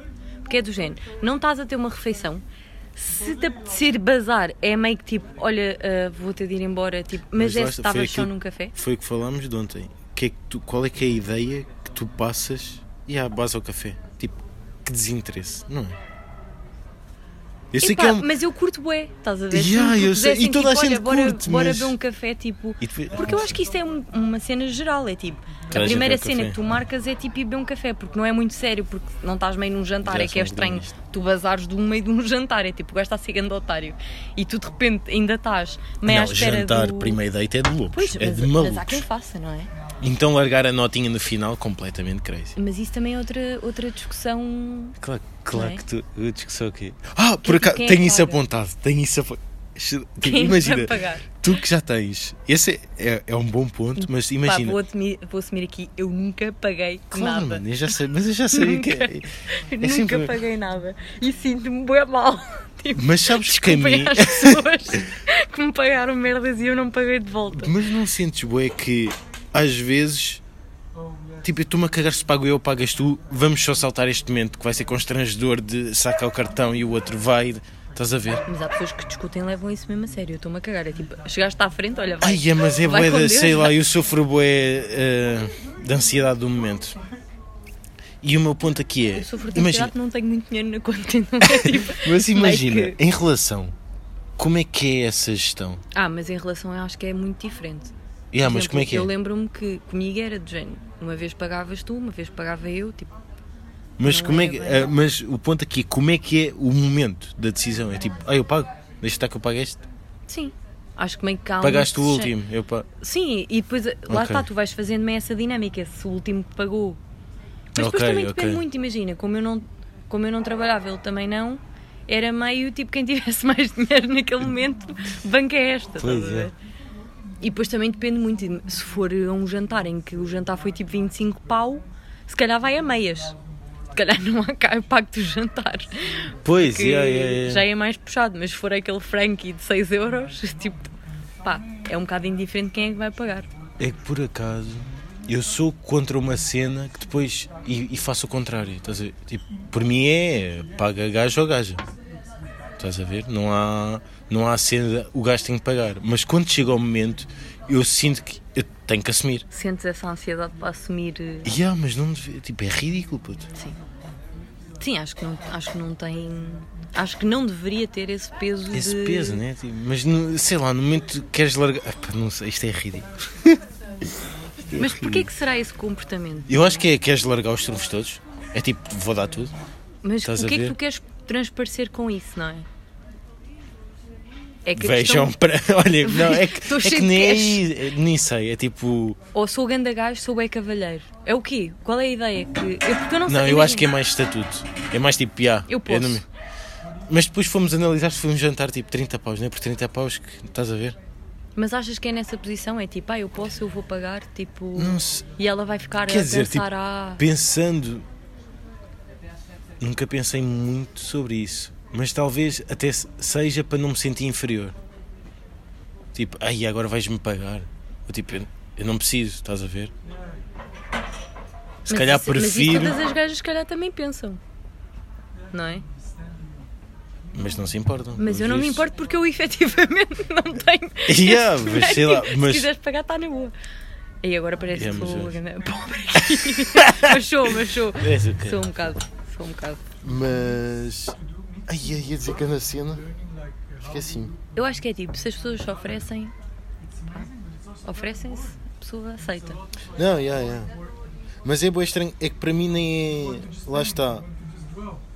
Speaker 2: Porque é do género, não estás a ter uma refeição, Se te apetecer bazar, é meio que tipo, olha, ah, vou ter de ir embora, tipo, mas,
Speaker 1: lá
Speaker 2: é se
Speaker 1: está, foi
Speaker 2: estavas só
Speaker 1: aquilo-
Speaker 2: num café?
Speaker 1: Foi o que falámos de ontem. Que é que tu- qual é que é a ideia que tu passas e ah, base ao café? Tipo, que desinteresse, não é? Eu sei
Speaker 2: Epá,
Speaker 1: que é um...
Speaker 2: Mas eu curto bué, estás a ver?
Speaker 1: Ya,
Speaker 2: Se me
Speaker 1: eu sei, e
Speaker 2: propusessem,
Speaker 1: toda a
Speaker 2: tipo,
Speaker 1: gente
Speaker 2: olha, bora,
Speaker 1: curte,
Speaker 2: Bora
Speaker 1: mas-
Speaker 2: beber um café, tipo...
Speaker 1: E depois-
Speaker 2: Porque eu acho que isto é um- uma cena geral, é tipo... A
Speaker 1: Toda a gente
Speaker 2: primeira
Speaker 1: bebe
Speaker 2: cena
Speaker 1: café.
Speaker 2: que tu marcas é tipo ir beber um café, porque não é muito sério, porque não estás meio num jantar,
Speaker 1: Já
Speaker 2: é que é
Speaker 1: sou um bocadinho
Speaker 2: estranho. Tu bazares do meio de um jantar, é tipo, o gajo está a ser grande otário. E tu de repente ainda estás meio à
Speaker 1: Não,
Speaker 2: espera
Speaker 1: jantar,
Speaker 2: do...
Speaker 1: primeiro date é de loucos,
Speaker 2: Pois,
Speaker 1: é
Speaker 2: mas,
Speaker 1: de
Speaker 2: mas
Speaker 1: malucos.
Speaker 2: há quem faça, não é?
Speaker 1: Então largar a notinha no final, completamente crazy.
Speaker 2: Mas isso também é outra, outra discussão
Speaker 1: Claro, claro
Speaker 2: Não é?
Speaker 1: que tu... Eu discussão aqui. Ah, por acaso,
Speaker 2: quem é
Speaker 1: tenho
Speaker 2: que
Speaker 1: isso
Speaker 2: paga?
Speaker 1: apontado, tenho isso apontado.
Speaker 2: Quem é
Speaker 1: imagina,
Speaker 2: vai pagar?
Speaker 1: tu que já tens, esse é, é, é um bom ponto, mas
Speaker 2: Pá,
Speaker 1: imagina,
Speaker 2: vou, admi- vou assumir aqui, eu nunca paguei
Speaker 1: claro,
Speaker 2: nada.
Speaker 1: mano, eu já sei, mas eu já sabia que
Speaker 2: Nunca.
Speaker 1: é,
Speaker 2: Nunca
Speaker 1: sempre-
Speaker 2: paguei nada. E sinto-me bem mal. Tipo,
Speaker 1: Mas sabes que a mim.
Speaker 2: paguei às pessoas que me pagaram merdas e eu não paguei de volta.
Speaker 1: Mas não sentes, boé, que às vezes. Tipo, eu estou-me a cagar se pago eu ou pagas tu. Vamos só saltar este momento que vai ser constrangedor de sacar o cartão e o outro vai. Estás a ver?
Speaker 2: Mas há pessoas que discutem e levam isso mesmo a sério. Eu estou-me a cagar. É tipo, chegaste à frente, olha, vai.
Speaker 1: Ai, é, mas é
Speaker 2: Vai
Speaker 1: boé,
Speaker 2: com
Speaker 1: da-
Speaker 2: Deus, né?
Speaker 1: sei lá,
Speaker 2: vai.
Speaker 1: eu sofro boé da ansiedade do momento. E o meu ponto aqui é.
Speaker 2: Eu sofro de
Speaker 1: Imagina,
Speaker 2: ansiedade, não tenho muito dinheiro na conta. Então é tipo...
Speaker 1: mas imagina,
Speaker 2: que-
Speaker 1: em relação, como é que é essa gestão?
Speaker 2: Ah, mas em relação eu acho que é muito diferente.
Speaker 1: Yeah,
Speaker 2: Por
Speaker 1: mas como é
Speaker 2: exemplo,
Speaker 1: que é?
Speaker 2: Eu lembro-me que comigo era de género. Uma vez pagavas tu, uma vez pagava eu. Tipo,
Speaker 1: Mas,
Speaker 2: Não
Speaker 1: como é
Speaker 2: é
Speaker 1: que,
Speaker 2: bem.
Speaker 1: ah, mas o ponto aqui é como é que é o momento da decisão? É tipo, ah, eu pago, deixa estar que eu pago este.
Speaker 2: sim. Acho que meio que há um
Speaker 1: Pagaste o
Speaker 2: check.
Speaker 1: último, eu pago.
Speaker 2: Sim, e depois lá
Speaker 1: Ok.
Speaker 2: está, tu vais fazendo meio essa dinâmica, se o último que pagou. Mas depois
Speaker 1: Ok,
Speaker 2: também
Speaker 1: ok.
Speaker 2: depende muito, imagina, como eu, não, como eu não trabalhava, ele também não, era meio tipo quem tivesse mais dinheiro naquele momento, banca é esta, estás a
Speaker 1: Pois é.
Speaker 2: ver? E depois também depende muito, se for a um jantar em que o jantar foi tipo 25 pau, se calhar vai a meias. Se calhar não há cá o pacto do jantar.
Speaker 1: Pois,
Speaker 2: que
Speaker 1: yeah, yeah, yeah.
Speaker 2: já é mais puxado, mas se for aquele frankie de 6 euros, tipo, pá, é um bocado indiferente quem é que vai pagar.
Speaker 1: é que por acaso eu sou contra uma cena que depois. e, e faço o contrário. Estás a ver? Tipo, por mim é paga gajo ou gaja. Estás a ver? Não há, não há cena, o gajo tem que pagar. Mas quando chega ao momento, eu sinto que eu tenho que assumir.
Speaker 2: Sentes essa ansiedade para assumir. eh,
Speaker 1: Yeah, mas não devia, tipo, é ridículo, puto.
Speaker 2: Sim. Sim, acho que não, acho que não tem. Acho que não deveria ter esse peso
Speaker 1: Esse
Speaker 2: de.
Speaker 1: peso, né? Tipo, mas no- sei lá, no momento que queres largar. Ah, pá, não sei, isto é ridículo. É
Speaker 2: Mas porquê que será esse comportamento?
Speaker 1: Eu acho que é queres largar os trunfos todos. É tipo, vou dar tudo.
Speaker 2: Mas
Speaker 1: Estás
Speaker 2: o
Speaker 1: a
Speaker 2: que é que
Speaker 1: ver?
Speaker 2: tu queres transparecer com isso, não é? É que a
Speaker 1: Vejam
Speaker 2: questão-
Speaker 1: para. Olha, não, é que,
Speaker 2: Estou
Speaker 1: é
Speaker 2: cheio
Speaker 1: que
Speaker 2: de
Speaker 1: nem, é- nem sei, é tipo.
Speaker 2: Ou sou ganda gajo, sou bem cavalheiro. É o quê? Qual é a ideia? Que... Eu, porque eu não, sei.
Speaker 1: Não, eu acho que é
Speaker 2: imagina.
Speaker 1: mais estatuto. É mais tipo, piá.
Speaker 2: Eu posso.
Speaker 1: Mas depois fomos analisar se foi um jantar tipo 30 paus, não é? Por 30 paus que estás a ver?
Speaker 2: Mas achas que é nessa posição? É tipo, ah, eu posso, eu vou pagar, tipo.
Speaker 1: Não sei.
Speaker 2: E ela vai ficar
Speaker 1: Quer
Speaker 2: a
Speaker 1: dizer,
Speaker 2: pensar,
Speaker 1: tipo,
Speaker 2: ah.
Speaker 1: Pensando. Nunca pensei muito sobre isso. Mas talvez até se- seja para não me sentir inferior. Tipo, ai, agora vais-me pagar. Ou tipo, eu, eu não preciso, estás a ver? Se
Speaker 2: Mas
Speaker 1: calhar
Speaker 2: isso- Mas
Speaker 1: prefiro,
Speaker 2: isso todas as gajas, se calhar, também pensam. Não é?
Speaker 1: mas não se importam.
Speaker 2: Mas
Speaker 1: com
Speaker 2: eu não me
Speaker 1: isso.
Speaker 2: importo porque eu efetivamente não tenho.
Speaker 1: Yeah,
Speaker 2: esse
Speaker 1: mas sei lá,
Speaker 2: dinheiro.
Speaker 1: mas-
Speaker 2: Se quiseres pagar, está na boa. E agora parece
Speaker 1: Yeah,
Speaker 2: que sou
Speaker 1: mas eu- É,
Speaker 2: grande pobre Mas sou, mas sou.
Speaker 1: És o quê?
Speaker 2: Sou um bocado. Sou um bocado.
Speaker 3: Mas. Ai, ai, ia dizer que anda cena. Esqueci-me.
Speaker 2: Eu acho que é tipo, se as pessoas se oferecem, pá, oferecem-se, a pessoa aceita.
Speaker 3: Não, já, já. Mas é boa estranho. É que para mim nem é. Lá está.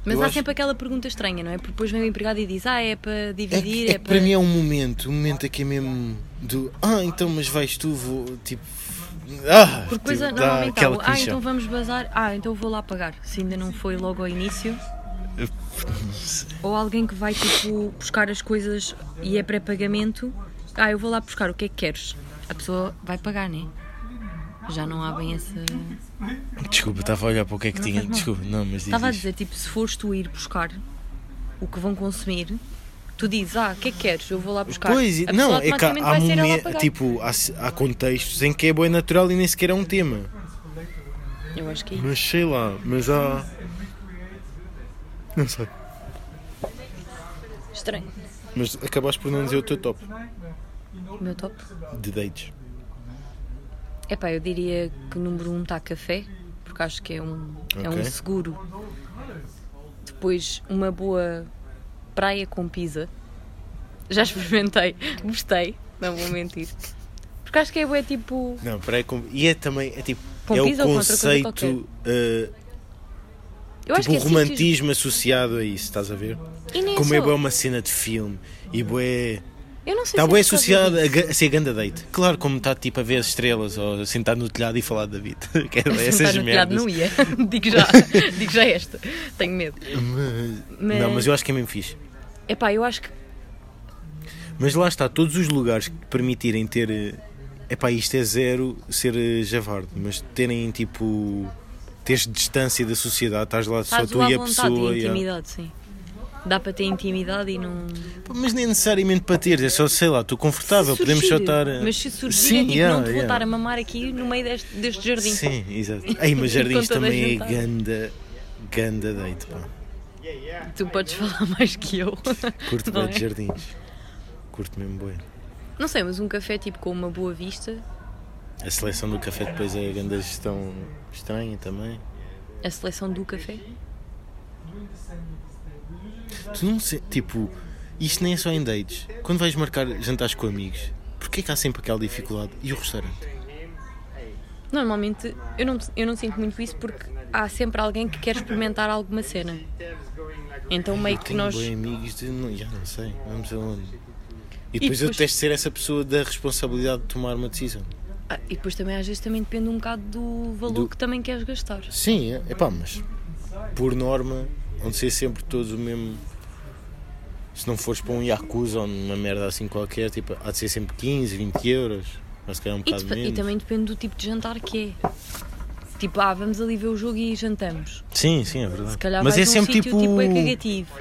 Speaker 2: Mas
Speaker 3: Eu
Speaker 2: há
Speaker 3: acho-
Speaker 2: sempre aquela pergunta estranha, não é? Porque depois vem o empregado e diz, ah, é para
Speaker 3: É que,
Speaker 2: dividir,
Speaker 3: é
Speaker 2: é,
Speaker 3: que
Speaker 2: para.
Speaker 3: para mim é um momento. Um momento é que é mesmo do. Ah, então, mas vais tu, vou. Tipo. Ah!
Speaker 2: Porque depois
Speaker 3: tipo, dá
Speaker 2: normalmente há, o,
Speaker 1: aquela
Speaker 2: ah,
Speaker 1: queixa."
Speaker 2: então vamos bazar, ah, então vou lá pagar. Se ainda não foi logo ao início. Ou alguém que vai tipo buscar as coisas e é pré-pagamento. Ah, eu vou lá buscar, o que é que queres? A pessoa vai pagar, né? Já não há bem essa.
Speaker 1: Desculpa, estava a olhar para o que é que tinha.
Speaker 2: faz mal.
Speaker 1: Desculpa, não, mas diz
Speaker 2: Estava a
Speaker 1: isto.
Speaker 2: dizer, tipo, se fores tu ir buscar o que vão consumir, tu dizes, ah, o que é que queres? Eu vou lá buscar.
Speaker 1: Pois,
Speaker 2: a
Speaker 1: não,
Speaker 2: pessoa
Speaker 1: é que há,
Speaker 2: automaticamente
Speaker 1: há
Speaker 2: vai ser ela a
Speaker 1: momen-
Speaker 2: pagar.
Speaker 1: tipo, há, se- há contextos em que é boi natural e nem sequer é um tema.
Speaker 2: Eu acho que é isso.
Speaker 1: Mas sei lá, mas há. Não sei.
Speaker 2: Estranho.
Speaker 1: Mas acabaste por não dizer o teu top
Speaker 2: O meu top.
Speaker 1: de dates.
Speaker 2: Epá, eu diria que o número um está café, porque acho que é um, é um
Speaker 1: Ok.
Speaker 2: seguro. Depois, uma boa praia com pizza. Já experimentei, gostei, não vou mentir. Porque acho que é bué, tipo.
Speaker 1: Não, peraí, com... e é também, é tipo,
Speaker 2: Com
Speaker 1: é o
Speaker 2: pizza ou com outra coisa
Speaker 1: conceito, eh,
Speaker 2: Eu acho
Speaker 1: tipo,
Speaker 2: que
Speaker 1: o
Speaker 2: é
Speaker 1: romantismo associado a isso, estás a ver?
Speaker 2: E nem é
Speaker 1: Como é
Speaker 2: só-
Speaker 1: bué uma cena de filme e bué.
Speaker 2: Eu não sei
Speaker 1: Está
Speaker 2: se
Speaker 1: Tá
Speaker 2: é
Speaker 1: bué
Speaker 2: por causa
Speaker 1: associado a,
Speaker 2: disso.
Speaker 1: ga- a ser ganda date. Claro, como está tipo a ver as estrelas ou sentado no telhado e falar da vida. Que é
Speaker 2: Sentar
Speaker 1: essas
Speaker 2: no telhado
Speaker 1: merdas.
Speaker 2: Tá não ia. digo já, digo já esta. Tenho medo.
Speaker 1: Mas... Não, mas eu acho que é mesmo fixe.
Speaker 2: Epá, eu acho que
Speaker 1: Mas lá está, todos os lugares que permitirem ter. eh, Epá, isto é zero ser eh, javarde, mas terem tipo. teres distância da sociedade, estás lá só
Speaker 2: estás
Speaker 1: tu
Speaker 2: lá à
Speaker 1: e a
Speaker 2: vontade,
Speaker 1: pessoa.
Speaker 2: e
Speaker 1: yeah.
Speaker 2: intimidade, sim. Dá para ter intimidade e não.
Speaker 1: Mas nem necessariamente para ter, é só sei lá, estou confortável,
Speaker 2: Se
Speaker 1: podemos só
Speaker 2: surgir,
Speaker 1: estar. eh,
Speaker 2: Mas se surgir,
Speaker 1: Sim,
Speaker 2: é tipo,
Speaker 1: yeah,
Speaker 2: não te vou
Speaker 1: yeah.
Speaker 2: estar a mamar aqui no meio deste, deste jardim.
Speaker 1: Sim, exato. Ei, mas jardins
Speaker 2: Com toda a
Speaker 1: também é
Speaker 2: gente. tá.
Speaker 1: ganda, ganda date, pá.
Speaker 2: Tu podes falar mais que eu.
Speaker 1: Curto
Speaker 2: Não
Speaker 1: bem
Speaker 2: é?
Speaker 1: de jardins. Curto mesmo bem.
Speaker 2: Não sei, mas um café tipo com uma boa vista,
Speaker 1: A seleção do café depois é a grande gestão estranha também.
Speaker 2: a seleção do café.
Speaker 1: Tu não sei, tipo, isto nem é só em dates. Quando vais marcar jantares com amigos, porquê que há sempre aquela dificuldade? E o restaurante?
Speaker 2: Normalmente eu não, eu não sinto muito isso porque há sempre alguém que quer experimentar alguma cena. Então meio que
Speaker 1: Tenho
Speaker 2: nós.
Speaker 1: bem amigos, de, não, já não sei, vamos aonde. E depois eu
Speaker 2: depois-
Speaker 1: detesto ser essa pessoa da responsabilidade de tomar uma decisão.
Speaker 2: Ah, e depois também às vezes também depende um bocado do valor
Speaker 1: Do-
Speaker 2: que também queres gastar.
Speaker 1: Sim, é pá, mas por norma, vão ser sempre todos o mesmo. Se não fores para um Yakuza ou numa merda assim qualquer, tipo, há de ser sempre 15, 20 euros. Mas se calhar um
Speaker 2: E,
Speaker 1: bocado
Speaker 2: depe-
Speaker 1: menos.
Speaker 2: e também depende do tipo de jantar que é. Tipo, ah, vamos ali ver o jogo e jantamos.
Speaker 1: Sim, sim, é verdade.
Speaker 2: Se calhar
Speaker 1: mas é
Speaker 2: vais a um
Speaker 1: sempre
Speaker 2: sítio
Speaker 1: tipo.
Speaker 2: tipo é cagativo.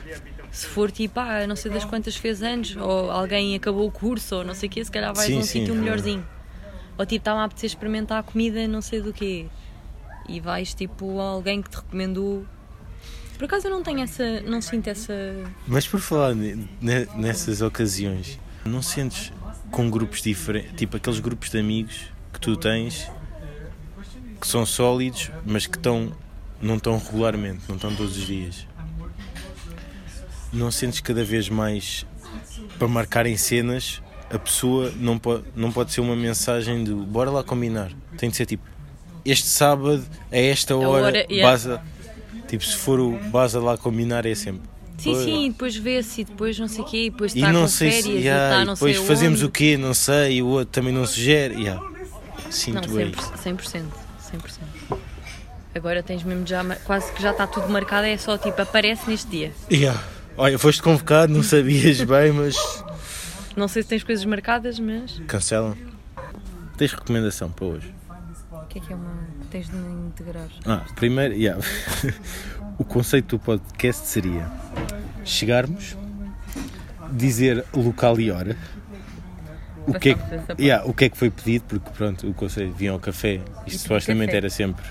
Speaker 2: Se for tipo, ah, não sei das quantas fez anos, ou alguém acabou o curso, ou não sei o quê, se calhar vais
Speaker 1: Sim,
Speaker 2: a um
Speaker 1: sim,
Speaker 2: sítio
Speaker 1: é.
Speaker 2: melhorzinho. Ou tipo, está-me a apetecer experimentar a comida, não sei do quê. E vais tipo a alguém que te recomendou. Por acaso eu não tenho essa. não sinto essa.
Speaker 1: Mas por falar ne- ne- nessas ocasiões, não sentes com grupos diferentes, tipo aqueles grupos de amigos que tu tens que são sólidos, mas que estão não estão regularmente, não estão todos os dias. Não sentes cada vez mais para marcarem cenas, a pessoa não pode, não pode ser uma mensagem de bora lá combinar. Tem de ser tipo este sábado a esta hora,
Speaker 2: hora, yeah.
Speaker 1: baza- tipo se for o baza lá combinar é sempre.
Speaker 2: Sim,
Speaker 1: Pois.
Speaker 2: sim, e depois vê-se, e depois não sei o quê, e depois
Speaker 1: E
Speaker 2: está
Speaker 1: não
Speaker 2: Tá com
Speaker 1: sei
Speaker 2: férias,
Speaker 1: se.
Speaker 2: e
Speaker 1: yeah,
Speaker 2: está
Speaker 1: e
Speaker 2: não
Speaker 1: depois
Speaker 2: sei onde.
Speaker 1: fazemos o quê? Não sei. E o outro também não sugere. Yeah.
Speaker 2: Não,
Speaker 1: Sinto bem.
Speaker 2: 100%, 100%, 100%. Agora tens mesmo já, mar- quase que já está tudo marcado, é só tipo, aparece neste dia.
Speaker 1: Yeah. Olha, foste convocado, não sabias bem, mas.
Speaker 2: Não sei se tens coisas marcadas, mas.
Speaker 1: Cancelam. Tens recomendação para hoje?
Speaker 2: O que é que é uma. tens de integrar?
Speaker 1: Ah, primeiro, yeah. o conceito do podcast seria chegarmos, dizer local e hora, o que, é que,
Speaker 2: Passar por essa
Speaker 1: yeah, o que é que foi pedido, porque pronto, o conceito vinha ao café, isto supostamente
Speaker 2: café.
Speaker 1: era sempre.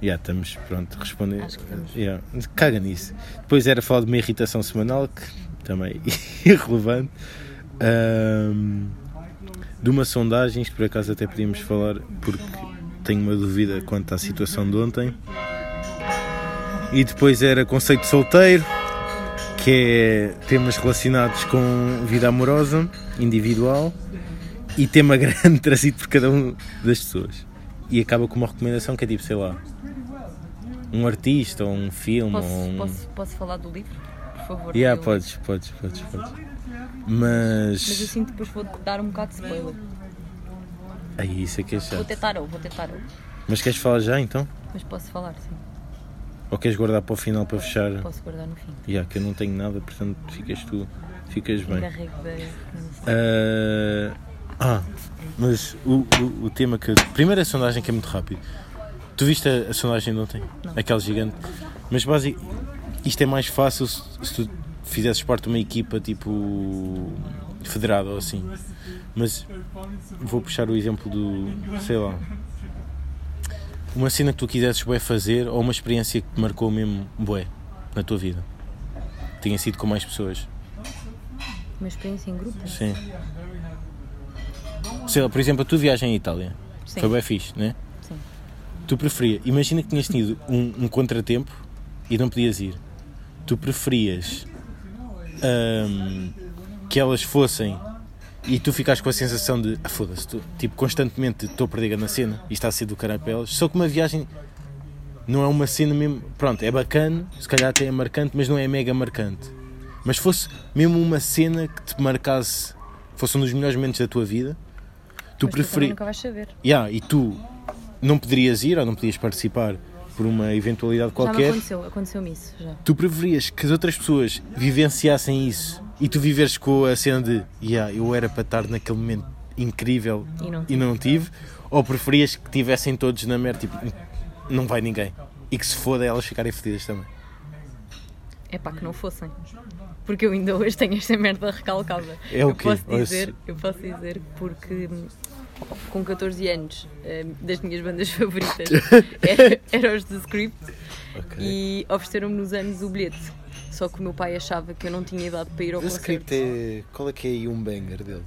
Speaker 1: Yeah, estamos pronto a responder.
Speaker 2: Acho que estamos.
Speaker 1: Yeah, Caga nisso. Depois era falar de uma irritação semanal, que também é irrelevante. Ahm, de uma sondagem, isto por acaso até podíamos falar, porque tenho uma dúvida quanto à situação de ontem. E depois era conceito de solteiro, que é temas relacionados com vida amorosa, individual, e tema grande trazido por cada uma das pessoas. E acaba com uma recomendação que é tipo, sei lá, um artista, ou um filme, ou um...
Speaker 2: falar do livro? Por favor.
Speaker 1: Yeah, podes, podes, podes, podes. Mas...
Speaker 2: sinto que depois vou dar um bocado de spoiler.
Speaker 1: Aí, isso é que é chato.
Speaker 2: tentar ou, vou tentar ou.
Speaker 1: Mas queres falar já então?
Speaker 2: Mas posso falar, sim.
Speaker 1: Ou queres guardar para o final para fechar?
Speaker 2: Posso guardar no fim.
Speaker 1: Ya, que eu não tenho nada, portanto ficas tu, ficas bem.
Speaker 2: Carrego da.
Speaker 1: Ah, ah, mas o, o, o tema que. Primeiro a sondagem que é muito rápido. Tu viste a, a sondagem de ontem? Aquela gigante. Mas basic, isto é mais fácil se, se tu fizesses parte de uma equipa tipo. federada ou assim. Mas vou puxar o exemplo do. sei lá. Uma cena que tu quisesses bué fazer ou uma experiência que te marcou mesmo bué na tua vida. tenha sido com mais pessoas.
Speaker 2: Uma experiência em grupo?
Speaker 1: Sim. Sei lá, por exemplo, a tua viagem à Itália
Speaker 2: Sim.
Speaker 1: foi bem fixe, né?
Speaker 2: Sim.
Speaker 1: Tu preferia, imagina que tinhas tido um, um contratempo e não podias ir. Tu preferias ahm, que elas fossem e tu ficas com a sensação de ah, foda-se, tu- tipo, constantemente estou perdida na cena e está a ser do caralho para elas. Só que uma viagem não é uma cena mesmo. Pronto, é bacana, se calhar até é marcante, mas não é mega marcante. Mas fosse mesmo uma cena que te marcasse, fosse um dos melhores momentos da tua vida, tu
Speaker 2: Mas tu também
Speaker 1: preferias.
Speaker 2: nunca vais saber.
Speaker 1: Yeah, e tu não poderias ir ou não podias participar por uma eventualidade
Speaker 2: Já me
Speaker 1: qualquer,
Speaker 2: aconteceu, aconteceu-me isso já.
Speaker 1: tu preferias que as outras pessoas vivenciassem isso e tu viveres com a cena de yeah, eu era para estar naquele momento incrível
Speaker 2: E não
Speaker 1: e não tive, ou preferias que tivessem todos na merda, tipo, não vai ninguém e que se foda elas ficarem fodidas também.
Speaker 2: É pá, que não fossem. Porque eu ainda hoje tenho esta merda recalcada.
Speaker 1: É o
Speaker 2: eu
Speaker 1: quê?
Speaker 2: posso
Speaker 1: Ou
Speaker 2: dizer,
Speaker 1: se-
Speaker 2: Eu posso dizer porque hum, com 14 anos, hum, das minhas bandas favoritas, era, era os The Script e ofereceram-me nos anos o bilhete. Só que o meu pai achava que eu não tinha idade para ir ao
Speaker 4: O
Speaker 2: concerto.
Speaker 4: script é. Qual é que é aí um banger deles?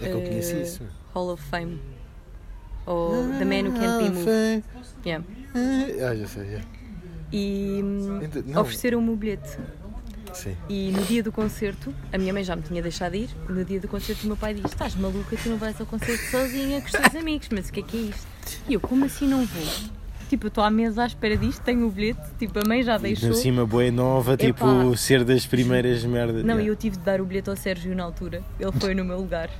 Speaker 4: É que eu conheci
Speaker 2: Eh,
Speaker 4: isso.
Speaker 2: Hall of Fame. Ou The Man Who Can't Be Moved. Yeah.
Speaker 1: eh,
Speaker 4: Ah, já sei, já.
Speaker 2: E hum,
Speaker 4: Ent- não.
Speaker 2: ofereceram-me o bilhete.
Speaker 4: Sim.
Speaker 2: E no dia do concerto, a minha mãe já me tinha deixado ir. No dia do concerto, o meu pai diz: Estás maluca, tu não vais ao concerto sozinha com os teus amigos, mas o que é que é isto? E eu, como assim não vou? Tipo, eu estou à mesa à espera disto, tenho o bilhete, tipo, a mãe já
Speaker 1: E assim,
Speaker 2: deixou.
Speaker 1: por cima, boa nova, tipo,
Speaker 2: Epá.
Speaker 1: ser das primeiras merdas.
Speaker 2: Não, e
Speaker 1: Yeah.
Speaker 2: eu tive de dar o bilhete ao Sérgio na altura. Ele foi no meu lugar.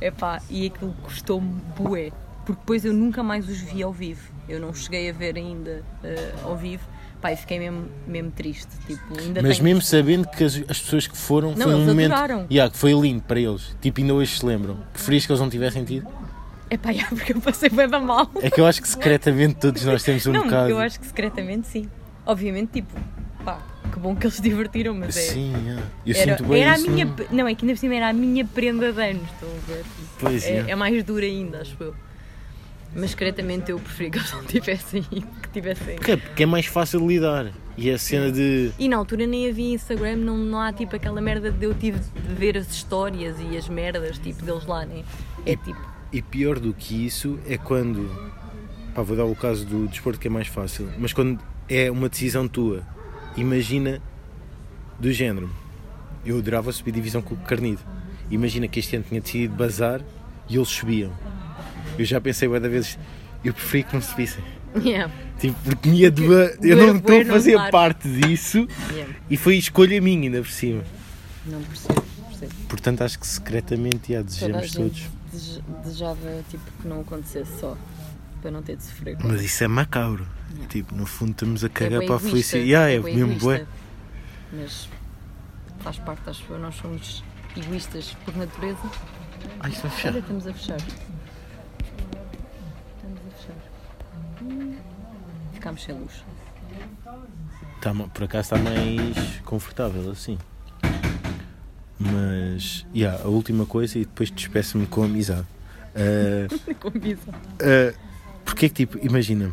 Speaker 2: Epá, e aquilo custou-me bué. Porque depois eu nunca mais os vi ao vivo. Eu não cheguei a ver ainda eh, ao vivo. Pá, e fiquei mesmo, mesmo triste. Tipo, ainda
Speaker 1: Mas
Speaker 2: tenho-
Speaker 1: mesmo sabendo que as, as pessoas que foram
Speaker 2: Não,
Speaker 1: foi um
Speaker 2: eles
Speaker 1: momento
Speaker 2: adoraram.
Speaker 1: Yeah, que foi lindo para eles. Tipo, ainda hoje se lembram. Preferias que eles não tivessem tido?
Speaker 2: Epá, já, porque eu passei bué da mal.
Speaker 1: É que eu acho que secretamente todos nós temos um
Speaker 2: não,
Speaker 1: bocado.
Speaker 2: eu acho que secretamente sim. Obviamente, tipo, pá, que bom que eles se divertiram, mas é.
Speaker 1: Sim, yeah. eu
Speaker 2: era,
Speaker 1: sinto bem
Speaker 2: era a
Speaker 1: isso,
Speaker 2: minha.
Speaker 1: não-
Speaker 2: pe- Não, é que ainda por cima era a minha prenda de anos, estão a ver?
Speaker 1: Pois,
Speaker 2: é,
Speaker 1: yeah.
Speaker 2: é mais dura ainda, acho eu. Mas secretamente eu preferi que eles não tivessem que tivessem.
Speaker 1: Porquê? Porque é mais fácil de lidar. E a cena de.
Speaker 2: E na altura nem havia Instagram, não, não há tipo aquela merda de eu tive de ver as histórias e as merdas tipo deles lá, né? É tipo,
Speaker 1: E pior do que isso é quando. Pá, vou dar o caso do desporto que é mais fácil. Mas quando é uma decisão tua, imagina do género. Eu adorava subir divisão com o Carnido. Imagina que este ano tinha decidido bazar e eles subiam. Eu já pensei bué de vezes, eu preferia que não subissem.
Speaker 2: yeah,
Speaker 1: Tipo, porque me ia doer. Eu
Speaker 2: doer-
Speaker 1: não estou
Speaker 2: doer
Speaker 1: a
Speaker 2: não
Speaker 1: fazer
Speaker 2: dar.
Speaker 1: parte disso
Speaker 2: yeah.
Speaker 1: e foi escolha minha ainda por cima.
Speaker 2: Não percebo, percebo.
Speaker 1: Portanto, acho que secretamente já
Speaker 2: Toda a
Speaker 1: desejamos todos.
Speaker 2: gente dese- desejava tipo, que não acontecesse só, para não ter de sofrer.
Speaker 1: Mas isso é macabro. Tipo, no fundo estamos a cagar
Speaker 2: bué
Speaker 1: para a
Speaker 2: egoísta,
Speaker 1: felicidade. Yeah, é,
Speaker 2: bué
Speaker 1: mesmo
Speaker 2: egoísta.
Speaker 1: bué.
Speaker 2: Mas faz parte, acho eu, nós somos egoístas por natureza.
Speaker 1: Ai, está
Speaker 2: Olha,
Speaker 1: fechado.
Speaker 2: estamos a fechar. Estamos a fechar. Hum. Ficámos sem luz.
Speaker 1: Tá, ma- por acaso está mais confortável assim. Mas, yeah, a última coisa e depois despeço-me com a amizade. Ah,
Speaker 2: Combina.
Speaker 1: Uh, porque é que tipo, imagina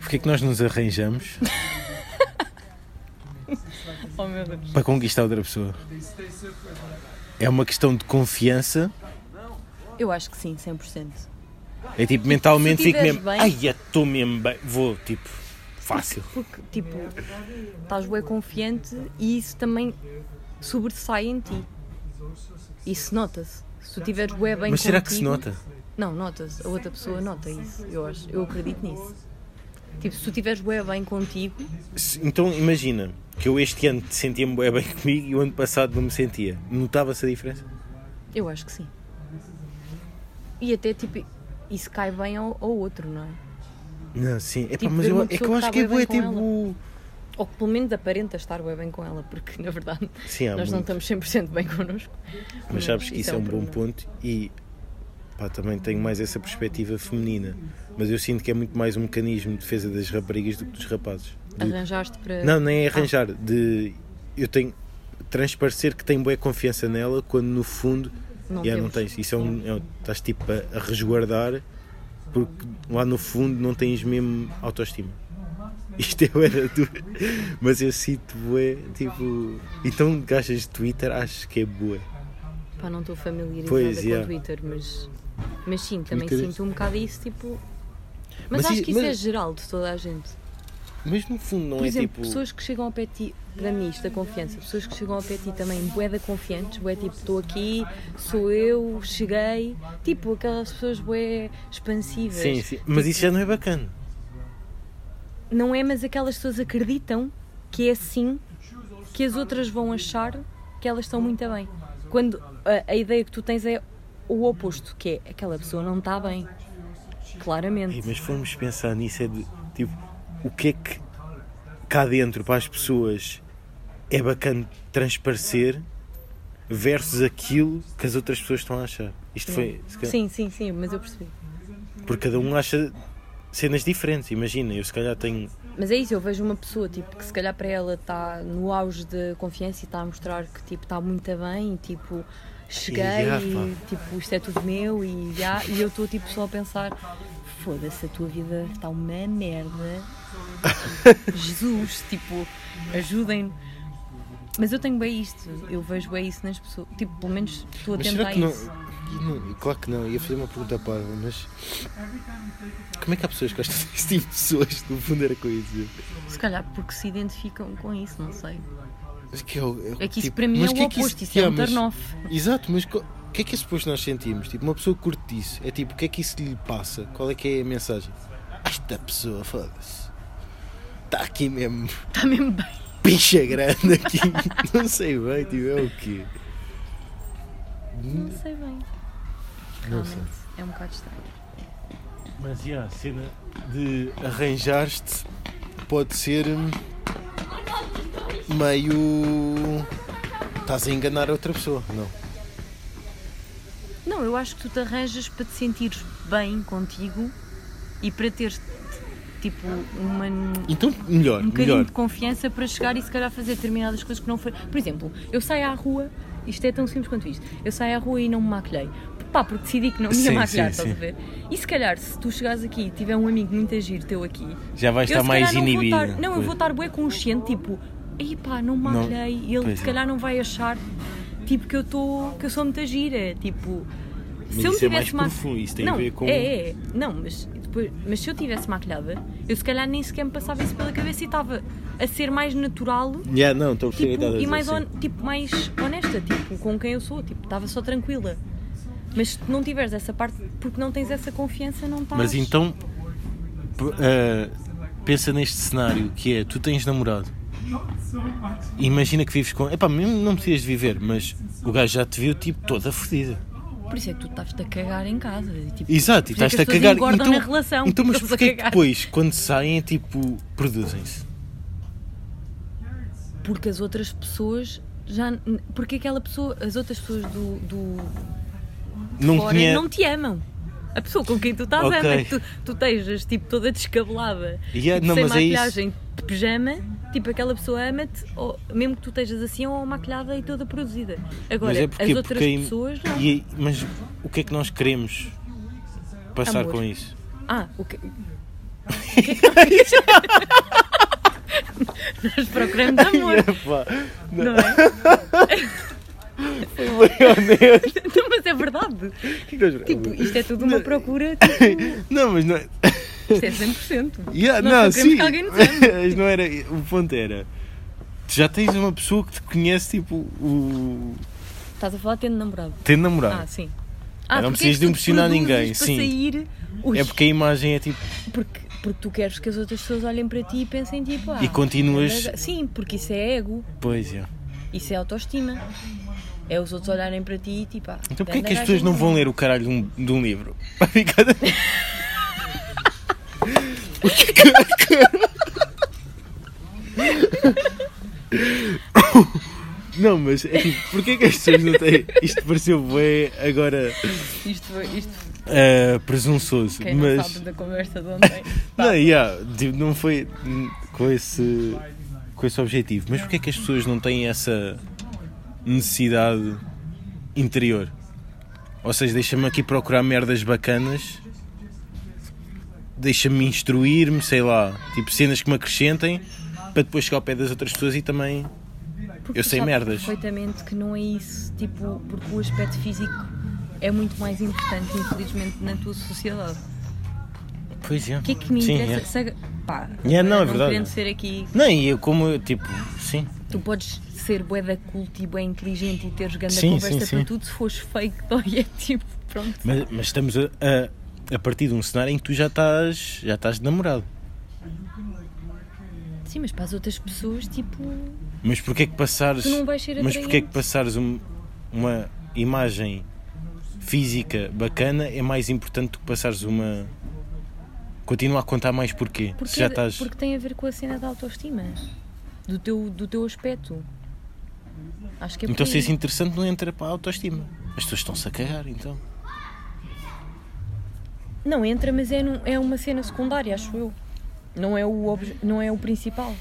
Speaker 1: porque é que nós nos arranjamos
Speaker 2: Oh meu Deus.
Speaker 1: para conquistar outra pessoa? É uma questão de confiança.
Speaker 2: Eu acho que sim, 100%.
Speaker 1: É tipo mentalmente
Speaker 2: se
Speaker 1: fico
Speaker 2: tiveres
Speaker 1: mesmo.
Speaker 2: bem-
Speaker 1: Ai, eu estou mesmo bem. Vou, tipo, fácil.
Speaker 2: Porque, tipo, estás bem confiante e isso também sobressai em ti. Isso nota-se. Se tu tiveres bué bem
Speaker 1: Mas será que se
Speaker 2: contigo-
Speaker 1: nota?
Speaker 2: Não, notas. A outra pessoa nota isso. Eu, acho, eu acredito nisso. Tipo, se tu tiveres bué bem contigo,
Speaker 1: Se- Então imagina que eu este ano sentia-me bué bem comigo e o ano passado não me sentia. Notava-se a diferença?
Speaker 2: eu acho que sim. E até, tipo, isso cai bem ao, ao outro, não é?
Speaker 1: Não, sim. Epá,
Speaker 2: Tipo,
Speaker 1: mas
Speaker 2: ver
Speaker 1: eu,
Speaker 2: uma
Speaker 1: é que
Speaker 2: pessoa
Speaker 1: eu acho
Speaker 2: que tá
Speaker 1: que é bué
Speaker 2: bué bem com
Speaker 1: tipo.
Speaker 2: Ou que pelo menos aparenta estar bué bem com ela, porque na verdade
Speaker 1: Sim, há
Speaker 2: nós
Speaker 1: É muito.
Speaker 2: não estamos 100% bem connosco.
Speaker 1: Mas sabes que isso é um bom
Speaker 2: problema.
Speaker 1: ponto e pá, também tenho mais essa perspectiva feminina. Mas eu sinto que é muito mais um mecanismo de defesa das raparigas do que dos rapazes. De-
Speaker 2: Ah. Arranjaste para.
Speaker 1: Não, nem é arranjar. De eu tenho transparecer que tenho boa confiança nela quando no fundo
Speaker 2: Não
Speaker 1: yeah, não
Speaker 2: temos.
Speaker 1: tens. Isso é um, é um- estás tipo a, a resguardar porque lá no fundo não tens mesmo autoestima.
Speaker 3: Isto é eu era tu. Mas eu sinto bué, tipo. Então gajas de Twitter acho que é bué.
Speaker 2: Pá, não estou familiarizada
Speaker 3: Pois,
Speaker 2: com
Speaker 3: yeah.
Speaker 2: o Twitter, mas, mas sim, também
Speaker 3: Twitter é-
Speaker 2: sinto um bocado isso, tipo. Mas,
Speaker 3: Mas
Speaker 2: acho
Speaker 3: e-
Speaker 2: que isso
Speaker 3: mas-
Speaker 2: é geral de toda a gente.
Speaker 3: Mas no fundo não
Speaker 2: Por
Speaker 3: é
Speaker 2: exemplo,
Speaker 3: tipo.
Speaker 2: pessoas que chegam ao pé de ti, para mim isto da confiança, pessoas que chegam ao pé de ti também bué da confiantes, bué tipo, estou aqui, sou eu, cheguei, tipo, aquelas pessoas bué expansivas.
Speaker 3: Sim, sim. Mas isso já não é bacana.
Speaker 2: Não é, mas aquelas pessoas acreditam que é assim que as outras vão achar que elas estão muito bem. Quando a, a ideia que tu tens é o oposto, que é aquela pessoa não está bem.
Speaker 3: Ei,
Speaker 2: Claramente.
Speaker 3: mas formos pensar nisso é de tipo o que é que cá dentro para as pessoas é bacana transparecer versus aquilo que as outras pessoas estão a achar. Isto foi se calhar-
Speaker 2: Sim, sim, sim, mas eu percebi.
Speaker 3: porque cada um acha cenas diferentes. Imagina, eu se calhar tenho
Speaker 2: Mas é isso, eu vejo uma pessoa tipo, que se calhar para ela está no auge de confiança e está a mostrar que tipo, está muito bem e tipo, cheguei
Speaker 3: Yeah,
Speaker 2: e tipo, isto é tudo meu e, já e eu estou tipo, só a pensar, foda-se, a tua vida está uma merda. Jesus, tipo, ajudem-me. Mas eu tenho bem isto, eu vejo bem isso nas pessoas, tipo, pelo menos estou a
Speaker 4: Mas
Speaker 2: tentar
Speaker 4: será que não...
Speaker 2: isso.
Speaker 4: não- Claro que não, ia fazer uma pergunta parva, mas. Como é que há pessoas que gostam desse tipo de pessoas? No fundo era coisa.
Speaker 2: Se calhar porque se identificam com isso, não sei.
Speaker 4: Mas que é, o- é o
Speaker 2: É que isso
Speaker 4: tipo-
Speaker 2: para mim
Speaker 4: mas
Speaker 2: é
Speaker 4: que
Speaker 2: o
Speaker 4: que
Speaker 2: oposto, isso é
Speaker 4: Yeah,
Speaker 2: um
Speaker 4: mas-
Speaker 2: turn off.
Speaker 4: Exato, mas co- o que é que é suposto nós sentimos? Tipo, uma pessoa que curte disso. É tipo, o que é que isso lhe passa? Qual é que é a mensagem? Esta pessoa, foda-se. Está aqui mesmo,
Speaker 2: Está Tá mesmo bem.
Speaker 4: picha grande aqui. não sei bem, tipo, é o quê?
Speaker 2: Não sei bem. Realmente é um bocado estranho.
Speaker 3: mas já, a cena
Speaker 4: de arranjar-te pode ser hum, meio. Estás a enganar outra pessoa, não?
Speaker 2: Não, eu acho que tu te arranjas para te sentires bem contigo e para teres tipo uma, um
Speaker 4: Então, melhor,
Speaker 2: bocadinho
Speaker 4: melhor.
Speaker 2: de confiança para chegar e se calhar fazer determinadas coisas que não foi. Por exemplo, eu saio à rua, isto é tão simples quanto isto, eu saio à rua e não me maquilhei. Pá, porque decidi que não me ia
Speaker 1: Sim,
Speaker 2: maquilhar,
Speaker 1: sim,
Speaker 2: estás
Speaker 1: sim.
Speaker 2: a ver? E se calhar, se tu chegares aqui e tiver um amigo muito agir teu aqui,
Speaker 1: Já vais
Speaker 2: Eu,
Speaker 1: estar tá
Speaker 2: se
Speaker 1: mais
Speaker 2: calhar, não vou
Speaker 1: inibido.
Speaker 2: estar- Não, eu vou estar bué consciente, tipo, ei pá, não me
Speaker 1: Não,
Speaker 2: maquilhei. E ele
Speaker 1: pois
Speaker 2: se
Speaker 1: é.
Speaker 2: calhar não vai achar, tipo, que eu, tô, que eu sou muita gira, tipo...
Speaker 1: Mas isso é mais profundo, isso tem a
Speaker 2: não,
Speaker 1: ver com-
Speaker 2: é, é, não, mas, depois, mas se eu tivesse maquilhada, eu se calhar nem sequer me passava isso pela cabeça e estava a ser mais natural
Speaker 3: Yeah, não, estou a perceber
Speaker 2: tipo,
Speaker 3: o que estás a
Speaker 2: e
Speaker 3: dizer,
Speaker 2: mais,
Speaker 3: sim.
Speaker 2: hon- tipo, mais honesta, tipo, com quem eu sou, tipo, estava só tranquila. Mas se não tiveres essa parte, porque não tens essa confiança, não estás...
Speaker 1: Mas então, p- ah, pensa neste cenário que é, tu tens namorado. Imagina que vives com... Epá, mesmo não precisas de viver, mas o gajo já te viu, tipo, toda fodida.
Speaker 2: Por isso é que tu estás-te a cagar em casa. e, tipo,
Speaker 1: Exato, e
Speaker 2: por isso é que
Speaker 1: estás-te a cagar.
Speaker 2: as pessoas engordam na relação,
Speaker 1: então mas
Speaker 2: porque
Speaker 1: porquê que
Speaker 2: estão-se a cagar.
Speaker 1: depois, quando saem, é tipo, produzem-se?
Speaker 2: Porque as outras pessoas já. Porque aquela pessoa. As outras pessoas do, do
Speaker 1: Não
Speaker 2: fora
Speaker 1: conhe-
Speaker 2: não te amam. A pessoa com quem tu estás
Speaker 1: Ok.
Speaker 2: ama. Que tu, tu estejas tipo, toda descabelada.
Speaker 1: Yeah,
Speaker 2: tipo,
Speaker 1: não,
Speaker 2: sem
Speaker 1: mas é isso.
Speaker 2: maquilhagem, de pijama. Tipo, aquela pessoa ama-te, ou- mesmo que tu estejas assim, ou maquilhada e toda produzida. Agora,
Speaker 1: Mas é porque,
Speaker 2: as outras
Speaker 1: porque aí-
Speaker 2: pessoas não.
Speaker 1: e aí- mas o que é que nós queremos passar
Speaker 2: Amor.
Speaker 1: com isso?
Speaker 2: Ah, o que. O que é que nós- Nós procuramos amor, não é? Não, mas é verdade. Tipo, isto é tudo uma procura, tipo,
Speaker 3: Não, mas não é.
Speaker 2: isto é 100%.
Speaker 3: Yeah,
Speaker 2: Nós
Speaker 3: não,
Speaker 2: só queremos
Speaker 3: sim.
Speaker 2: que alguém nos ame.
Speaker 3: Mas não era. O ponto era. Tu já tens uma pessoa que te conhece, tipo, o.
Speaker 2: Estás a falar tendo namorado.
Speaker 3: Tendo namorado.
Speaker 2: Ah, sim. Ah,
Speaker 1: não
Speaker 2: porque é que
Speaker 1: precisas de
Speaker 2: tu
Speaker 1: impressionar
Speaker 2: produzes
Speaker 1: ninguém,
Speaker 2: para
Speaker 1: sim.
Speaker 2: sair? Ui,
Speaker 1: É porque a imagem é tipo.
Speaker 2: porque, porque tu queres que as outras pessoas olhem para ti e pensem tipo, ah,
Speaker 1: E continuas.
Speaker 2: mas- Sim, porque isso é ego,
Speaker 1: Pois é.
Speaker 2: isso é autoestima. É os outros olharem para ti e tipo, ah,
Speaker 1: Então porquê é
Speaker 2: ganda
Speaker 1: que as
Speaker 2: gaja
Speaker 1: pessoas não
Speaker 2: boa.
Speaker 1: vão ler o caralho de um, de um livro? Vai ficar.
Speaker 3: Não, mas é tipo, porquê que as pessoas não têm. Isto pareceu bem agora
Speaker 2: Isto, foi- isto
Speaker 1: eh,
Speaker 3: ah, presunçoso,
Speaker 2: quem não
Speaker 3: mas.
Speaker 2: sabe da conversa de ontem.
Speaker 3: Não,
Speaker 1: ah,
Speaker 3: yeah, tipo, não foi hum, com esse, com esse objetivo.
Speaker 1: Mas porquê é que as pessoas não têm essa necessidade interior? Ou seja, deixa-me aqui procurar merdas bacanas deixa-me instruir-me, sei lá, tipo cenas que me acrescentem para depois chegar ao pé das outras pessoas e também.
Speaker 2: Porque
Speaker 1: Eu
Speaker 2: tu
Speaker 1: sei
Speaker 2: sabes
Speaker 1: merdas.
Speaker 2: perfeitamente que não é isso, tipo, porque o aspecto físico é muito mais importante, infelizmente, na tua sociedade.
Speaker 1: Pois é.
Speaker 2: O que é que me
Speaker 1: Sim,
Speaker 2: interessa?
Speaker 1: é.
Speaker 2: Se- Pá,
Speaker 1: Yeah, não, é verdade.
Speaker 2: querendo ser aqui,
Speaker 1: Não, e eu como, eu, tipo, sim.
Speaker 2: tu podes ser bué da culta e bué inteligente e teres grande
Speaker 1: Sim,
Speaker 2: conversa
Speaker 1: sim,
Speaker 2: para
Speaker 1: sim.
Speaker 2: tudo, se fores fake, dói, é tipo, pronto.
Speaker 1: Mas, mas estamos a, a, a partir de um cenário em que tu já estás, já estás de namorado.
Speaker 2: Sim, mas para as outras pessoas, tipo,
Speaker 1: Mas porquê que passares.
Speaker 2: Tu não vais ser
Speaker 1: mas porquê que
Speaker 2: atraente.
Speaker 1: passares um- uma imagem física bacana é mais importante do que passares uma. Continua a contar mais porquê.
Speaker 2: porque, é
Speaker 1: se já estás.
Speaker 2: porque tem a ver com a cena da autoestima, do teu, do teu aspecto. Acho que é por
Speaker 1: Então se
Speaker 2: aí.
Speaker 1: és interessante não entra para a autoestima. As pessoas estão-se a cagar, então.
Speaker 2: Não entra, mas é, num- é uma cena secundária, acho eu. Não é o, obje- não é o principal.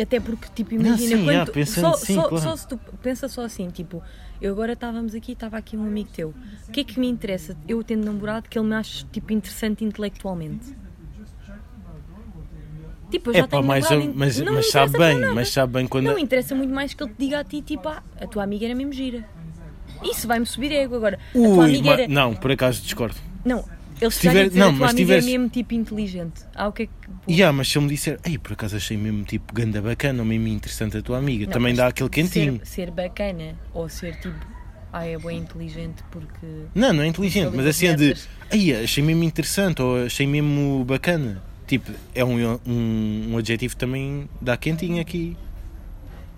Speaker 2: Até porque, tipo, imagina
Speaker 1: Ah, sim,
Speaker 2: quando
Speaker 1: já,
Speaker 2: tu-
Speaker 1: pensando,
Speaker 2: só,
Speaker 1: sim,
Speaker 2: só-
Speaker 1: claro.
Speaker 2: só se tu pensa só assim, tipo, eu agora estávamos aqui, estava aqui um amigo teu. O que é que me interessa eu tendo namorado que ele me ache tipo interessante intelectualmente? Tipo, eu já
Speaker 1: É pá,
Speaker 2: tenho
Speaker 1: mais
Speaker 2: namorado,
Speaker 1: ou- mas,
Speaker 2: não me
Speaker 1: mas sabe
Speaker 2: interessa para
Speaker 1: bem,
Speaker 2: nada.
Speaker 1: mas sabe bem quando.
Speaker 2: Não interessa muito mais que ele te diga a ti, tipo, ah, a tua amiga era mesmo gira. Isso vai-me subir ego agora. a tua
Speaker 1: Ui,
Speaker 2: amiga
Speaker 1: ma-
Speaker 2: era...
Speaker 1: Não, por acaso discordo.
Speaker 2: Não, eles
Speaker 1: Se tiver-
Speaker 2: já tiver, dizer
Speaker 1: não,
Speaker 2: a tua
Speaker 1: mas
Speaker 2: amiga
Speaker 1: tiveres-
Speaker 2: é mesmo tipo inteligente. Ah, o que é que.
Speaker 1: Ya, mas se eu me disser, ei, por acaso achei mesmo tipo ganda bacana ou mesmo interessante a tua amiga,
Speaker 2: Não,
Speaker 1: também
Speaker 2: mas
Speaker 1: dá aquele cantinho.
Speaker 2: Ser, ser bacana ou ser tipo. Ah, é bem inteligente porque.
Speaker 1: Não, não é inteligente,
Speaker 2: Sobre
Speaker 1: mas
Speaker 2: as
Speaker 1: assim é de,
Speaker 2: merdas.
Speaker 1: ei, achei mesmo interessante ou achei mesmo bacana. Tipo, é um, um, um adjetivo que também dá cantinho aqui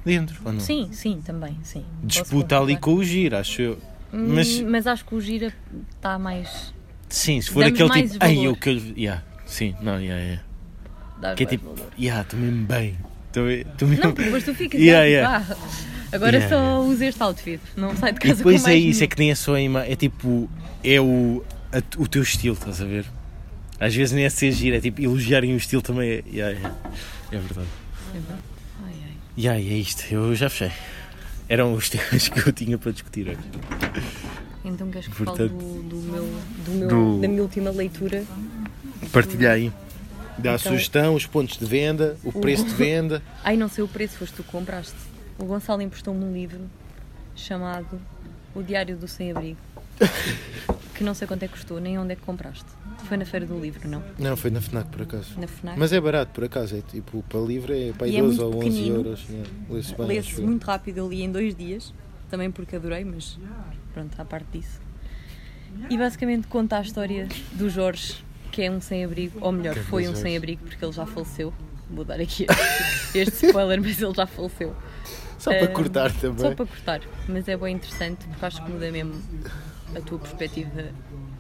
Speaker 1: dentro, ou não?
Speaker 2: Sim, sim, também, sim. Posso
Speaker 1: Disputa ali
Speaker 2: concordar.
Speaker 1: com o giro, acho eu.
Speaker 2: Hum,
Speaker 1: Mas
Speaker 2: Mas... acho que o gira está mais.
Speaker 1: sim, se for
Speaker 2: Damos
Speaker 1: aquele
Speaker 2: mais
Speaker 1: tipo, ei,
Speaker 2: valor."
Speaker 1: eu que eu. Ya, sim, não, ya, ya.
Speaker 2: dá
Speaker 1: Que é
Speaker 2: mais
Speaker 1: tipo,
Speaker 2: valor.
Speaker 1: ya, estou mesmo bem. Estou estou mesmo
Speaker 2: Não, porque depois tu ficas.
Speaker 1: Yeah,
Speaker 2: ah,
Speaker 1: yeah.
Speaker 2: tipo, ah, agora
Speaker 1: Yeah,
Speaker 2: só usa este outfit, não sai de
Speaker 1: E
Speaker 2: casa
Speaker 1: depois
Speaker 2: com
Speaker 1: é
Speaker 2: mais
Speaker 1: isso, é
Speaker 2: nenhum.
Speaker 1: que nem é só a imagem, é tipo, é o, a- o teu estilo, estás a ver? Às vezes nem é ser giro, é tipo, elogiarem o estilo também é. Ya, ya. É verdade.
Speaker 2: Ai, ai.
Speaker 1: E aí, é isto, eu já fechei. Eram os temas que eu tinha para discutir hoje.
Speaker 2: Então queres que
Speaker 1: Portanto-
Speaker 2: fale do, do meu, do meu-
Speaker 1: Do-
Speaker 2: da minha última leitura?
Speaker 1: Partilha aí.
Speaker 4: Dá a
Speaker 2: Então-
Speaker 4: sugestão, os pontos de venda, o preço de venda.
Speaker 2: Ai, não sei o preço, foste tu que compraste. O Gonçalo emprestou-me um livro chamado O Diário do Sem-Abrigo, que não sei quanto é que custou, nem onde é que compraste. Foi na Feira do Livro, não?
Speaker 4: Não, foi na FNAC por acaso.
Speaker 2: Na FNAC.
Speaker 4: Mas é barato por acaso, é tipo, para livre é para aí
Speaker 2: E é
Speaker 4: 12
Speaker 2: muito
Speaker 4: ou 11
Speaker 2: pequenino.
Speaker 4: euros. né? Lê-se bem.
Speaker 2: Lê-se
Speaker 4: acho eu.
Speaker 2: muito rápido, eu li em dois dias, também porque adorei, mas pronto, à parte disso. E basicamente conta a história do Jorge, que é um sem-abrigo, ou melhor, foi um sem-abrigo, porque ele já faleceu. Vou dar aqui este- este spoiler, mas ele já faleceu.
Speaker 4: Só para
Speaker 2: Ah,
Speaker 4: cortar também.
Speaker 2: Só para cortar, mas é bem interessante porque acho que muda mesmo a tua perspectiva.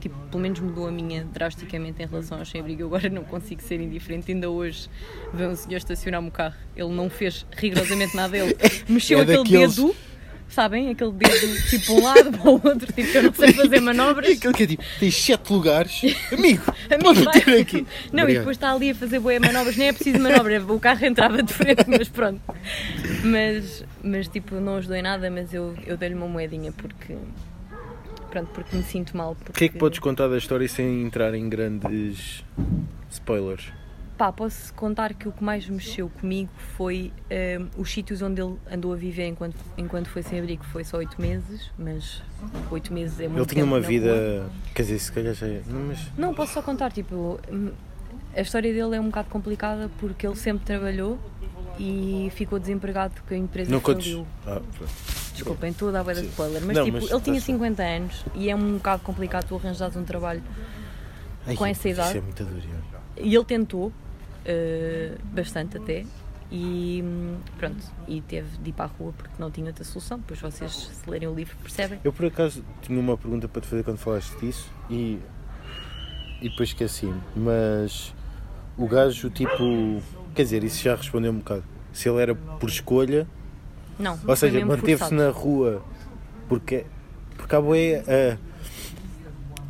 Speaker 2: Tipo, pelo menos mudou a minha drasticamente em relação ao sem-abrigo. Eu agora não consigo ser indiferente. Ainda hoje vê um senhor estacionar um carro. Ele não fez rigorosamente nada. Ele mexeu
Speaker 4: É
Speaker 2: aquele
Speaker 4: daqueles-
Speaker 2: dedo, sabem? Aquele dedo tipo para um lado para o outro. Tipo, eu não sei fazer manobras.
Speaker 4: Aquele que é tipo, tens 7 lugares. Amigo,
Speaker 2: Amigo,
Speaker 4: pode
Speaker 2: vai.
Speaker 4: ter aqui.
Speaker 2: Não, e
Speaker 4: Obrigado.
Speaker 2: depois está ali a fazer boia manobras, nem é preciso manobra, o carro entrava de frente, mas pronto. Mas, mas tipo, não ajudou em nada, mas eu, eu dei-lhe uma moedinha porque. Pronto, porque me sinto mal.
Speaker 1: O que é que podes contar da história sem entrar em grandes spoilers?
Speaker 2: Pá, posso contar que o que mais mexeu comigo foi hum, os sítios onde ele andou a viver enquanto, enquanto foi sem abrigo. Foi só oito meses, mas oito meses é muito
Speaker 1: Ele tinha
Speaker 2: tempo
Speaker 1: uma
Speaker 2: na rua.
Speaker 1: vida. Quer dizer, se calhar já é. Não, mas.
Speaker 2: Não, posso só contar, tipo, hum, a história dele é um bocado complicada porque ele sempre trabalhou e ficou desempregado porque a empresa
Speaker 1: Não contes.
Speaker 2: faliu.
Speaker 1: Ah, pronto.
Speaker 2: Desculpem, estou a dar bué de spoiler, mas
Speaker 1: Não,
Speaker 2: tipo,
Speaker 1: mas
Speaker 2: ele tinha
Speaker 1: está-se bem.
Speaker 2: 50 anos e é um bocado complicado tu arranjares um trabalho.
Speaker 1: Ai,
Speaker 2: Com essa
Speaker 1: Isso
Speaker 2: idade.
Speaker 1: é muita dor. já.
Speaker 2: E ele tentou, eh, bastante até, e hum, pronto, e teve de ir para a rua porque não tinha outra solução, depois vocês se lerem o livro percebem.
Speaker 1: Eu por acaso tinha uma pergunta para te fazer quando falaste disso e. E depois esqueci-me.
Speaker 4: Mas o gajo, tipo, quer dizer, isso já respondeu um bocado. Se ele era por escolha,
Speaker 2: Não,
Speaker 4: ou
Speaker 2: foi
Speaker 4: seja,
Speaker 2: mesmo
Speaker 4: manteve-se
Speaker 2: forçado.
Speaker 4: na rua porque, porque há boé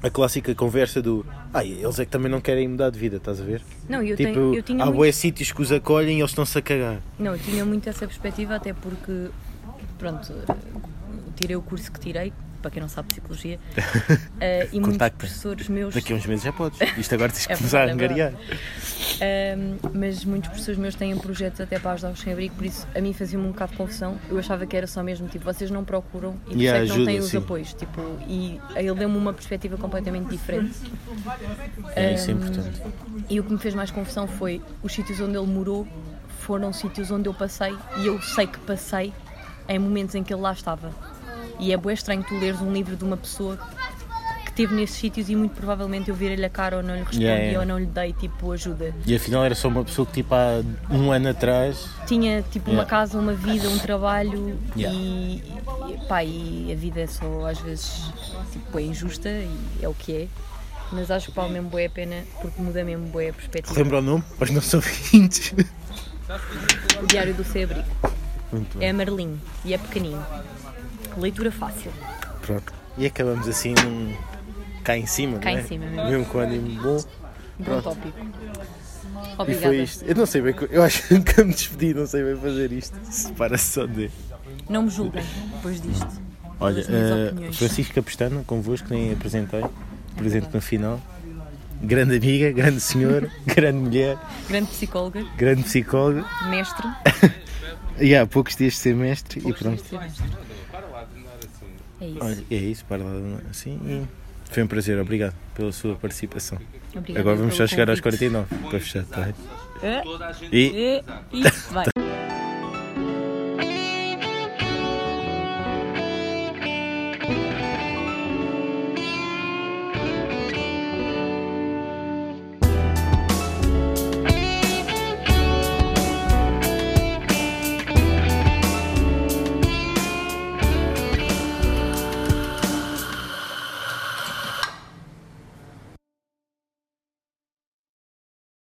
Speaker 4: a, a clássica conversa do ah, eles é que também não querem mudar de vida, estás a ver?
Speaker 2: Não, eu,
Speaker 4: tipo,
Speaker 2: tenho, eu tinha
Speaker 4: há
Speaker 2: muito-
Speaker 4: bué sítios que os acolhem e eles estão-se a cagar.
Speaker 2: Não, eu tinha muito essa perspectiva, até porque, pronto, tirei o curso que tirei, para quem não sabe psicologia, eh, e muitos
Speaker 1: Contacta.
Speaker 2: professores meus.
Speaker 1: Daqui a uns meses já podes. Isto agora tens que
Speaker 2: É
Speaker 1: começar a
Speaker 2: verdade, é
Speaker 1: angariar.
Speaker 2: Ahm, ehm, mas muitos professores meus têm projetos até para ajudar os sem-abrigo, por isso a mim fazia-me um bocado de confusão. Eu achava que era só mesmo, tipo, vocês não procuram e por
Speaker 3: Yeah,
Speaker 2: isso é que não
Speaker 3: ajuda,
Speaker 2: têm os
Speaker 3: sim.
Speaker 2: apoios. Tipo, e ele deu-me uma perspectiva completamente diferente.
Speaker 1: É, isso é importante.
Speaker 2: E o que me fez mais confusão foi os sítios onde ele morou foram sítios onde eu passei e eu sei que passei em momentos em que ele lá estava. E é bué estranho tu leres um livro de uma pessoa que teve nesses sítios e muito provavelmente eu virei-lhe a cara ou não lhe respondi
Speaker 1: Yeah, yeah.
Speaker 2: ou não lhe dei tipo ajuda.
Speaker 1: E afinal era só uma pessoa que tipo há um ano atrás.
Speaker 2: Tinha tipo uma
Speaker 1: Yeah.
Speaker 2: casa, uma vida, um trabalho
Speaker 1: Yeah.
Speaker 2: e, e pá, e a vida é só às vezes tipo, é injusta e é o que é. Mas acho que pá, mesmo bué a pena porque muda mesmo bué a perspectiva.
Speaker 1: Lembra o nome? Os nossos ouvintes.
Speaker 2: O Diário do Sem Abrigo.
Speaker 1: Muito
Speaker 2: É amarelinho e é pequenino. Leitura fácil.
Speaker 1: Pronto. E acabamos assim num... cá em cima,
Speaker 2: Cá
Speaker 1: não é?
Speaker 2: em cima mesmo.
Speaker 1: Mesmo com ânimo bom.
Speaker 2: Bom tópico.
Speaker 1: E
Speaker 2: Obrigada.
Speaker 1: foi isto. Eu não sei bem. co- Eu acho que nunca me despedi, não sei bem fazer isto. Separa-se só de.
Speaker 2: Não me julguem depois disto.
Speaker 1: Olha,
Speaker 2: Pelas minhas
Speaker 1: eh,
Speaker 2: opiniões. É
Speaker 1: Francisco Capistano, convosco, nem apresentei. Presente no final. Grande amiga, grande senhora, grande mulher,
Speaker 2: Grande psicóloga,
Speaker 1: grande psicóloga.
Speaker 2: mestre.
Speaker 1: E há poucos dias de ser mestre e pronto.
Speaker 2: É isso.
Speaker 1: Olha, é isso, para lá assim. E foi um prazer, obrigado pela sua participação.
Speaker 2: Obrigada
Speaker 1: Agora vamos
Speaker 2: pelo
Speaker 1: só chegar aos
Speaker 2: convite.
Speaker 1: 49 para fechar, tá?
Speaker 2: É,
Speaker 1: E.
Speaker 2: é, Isso, vai.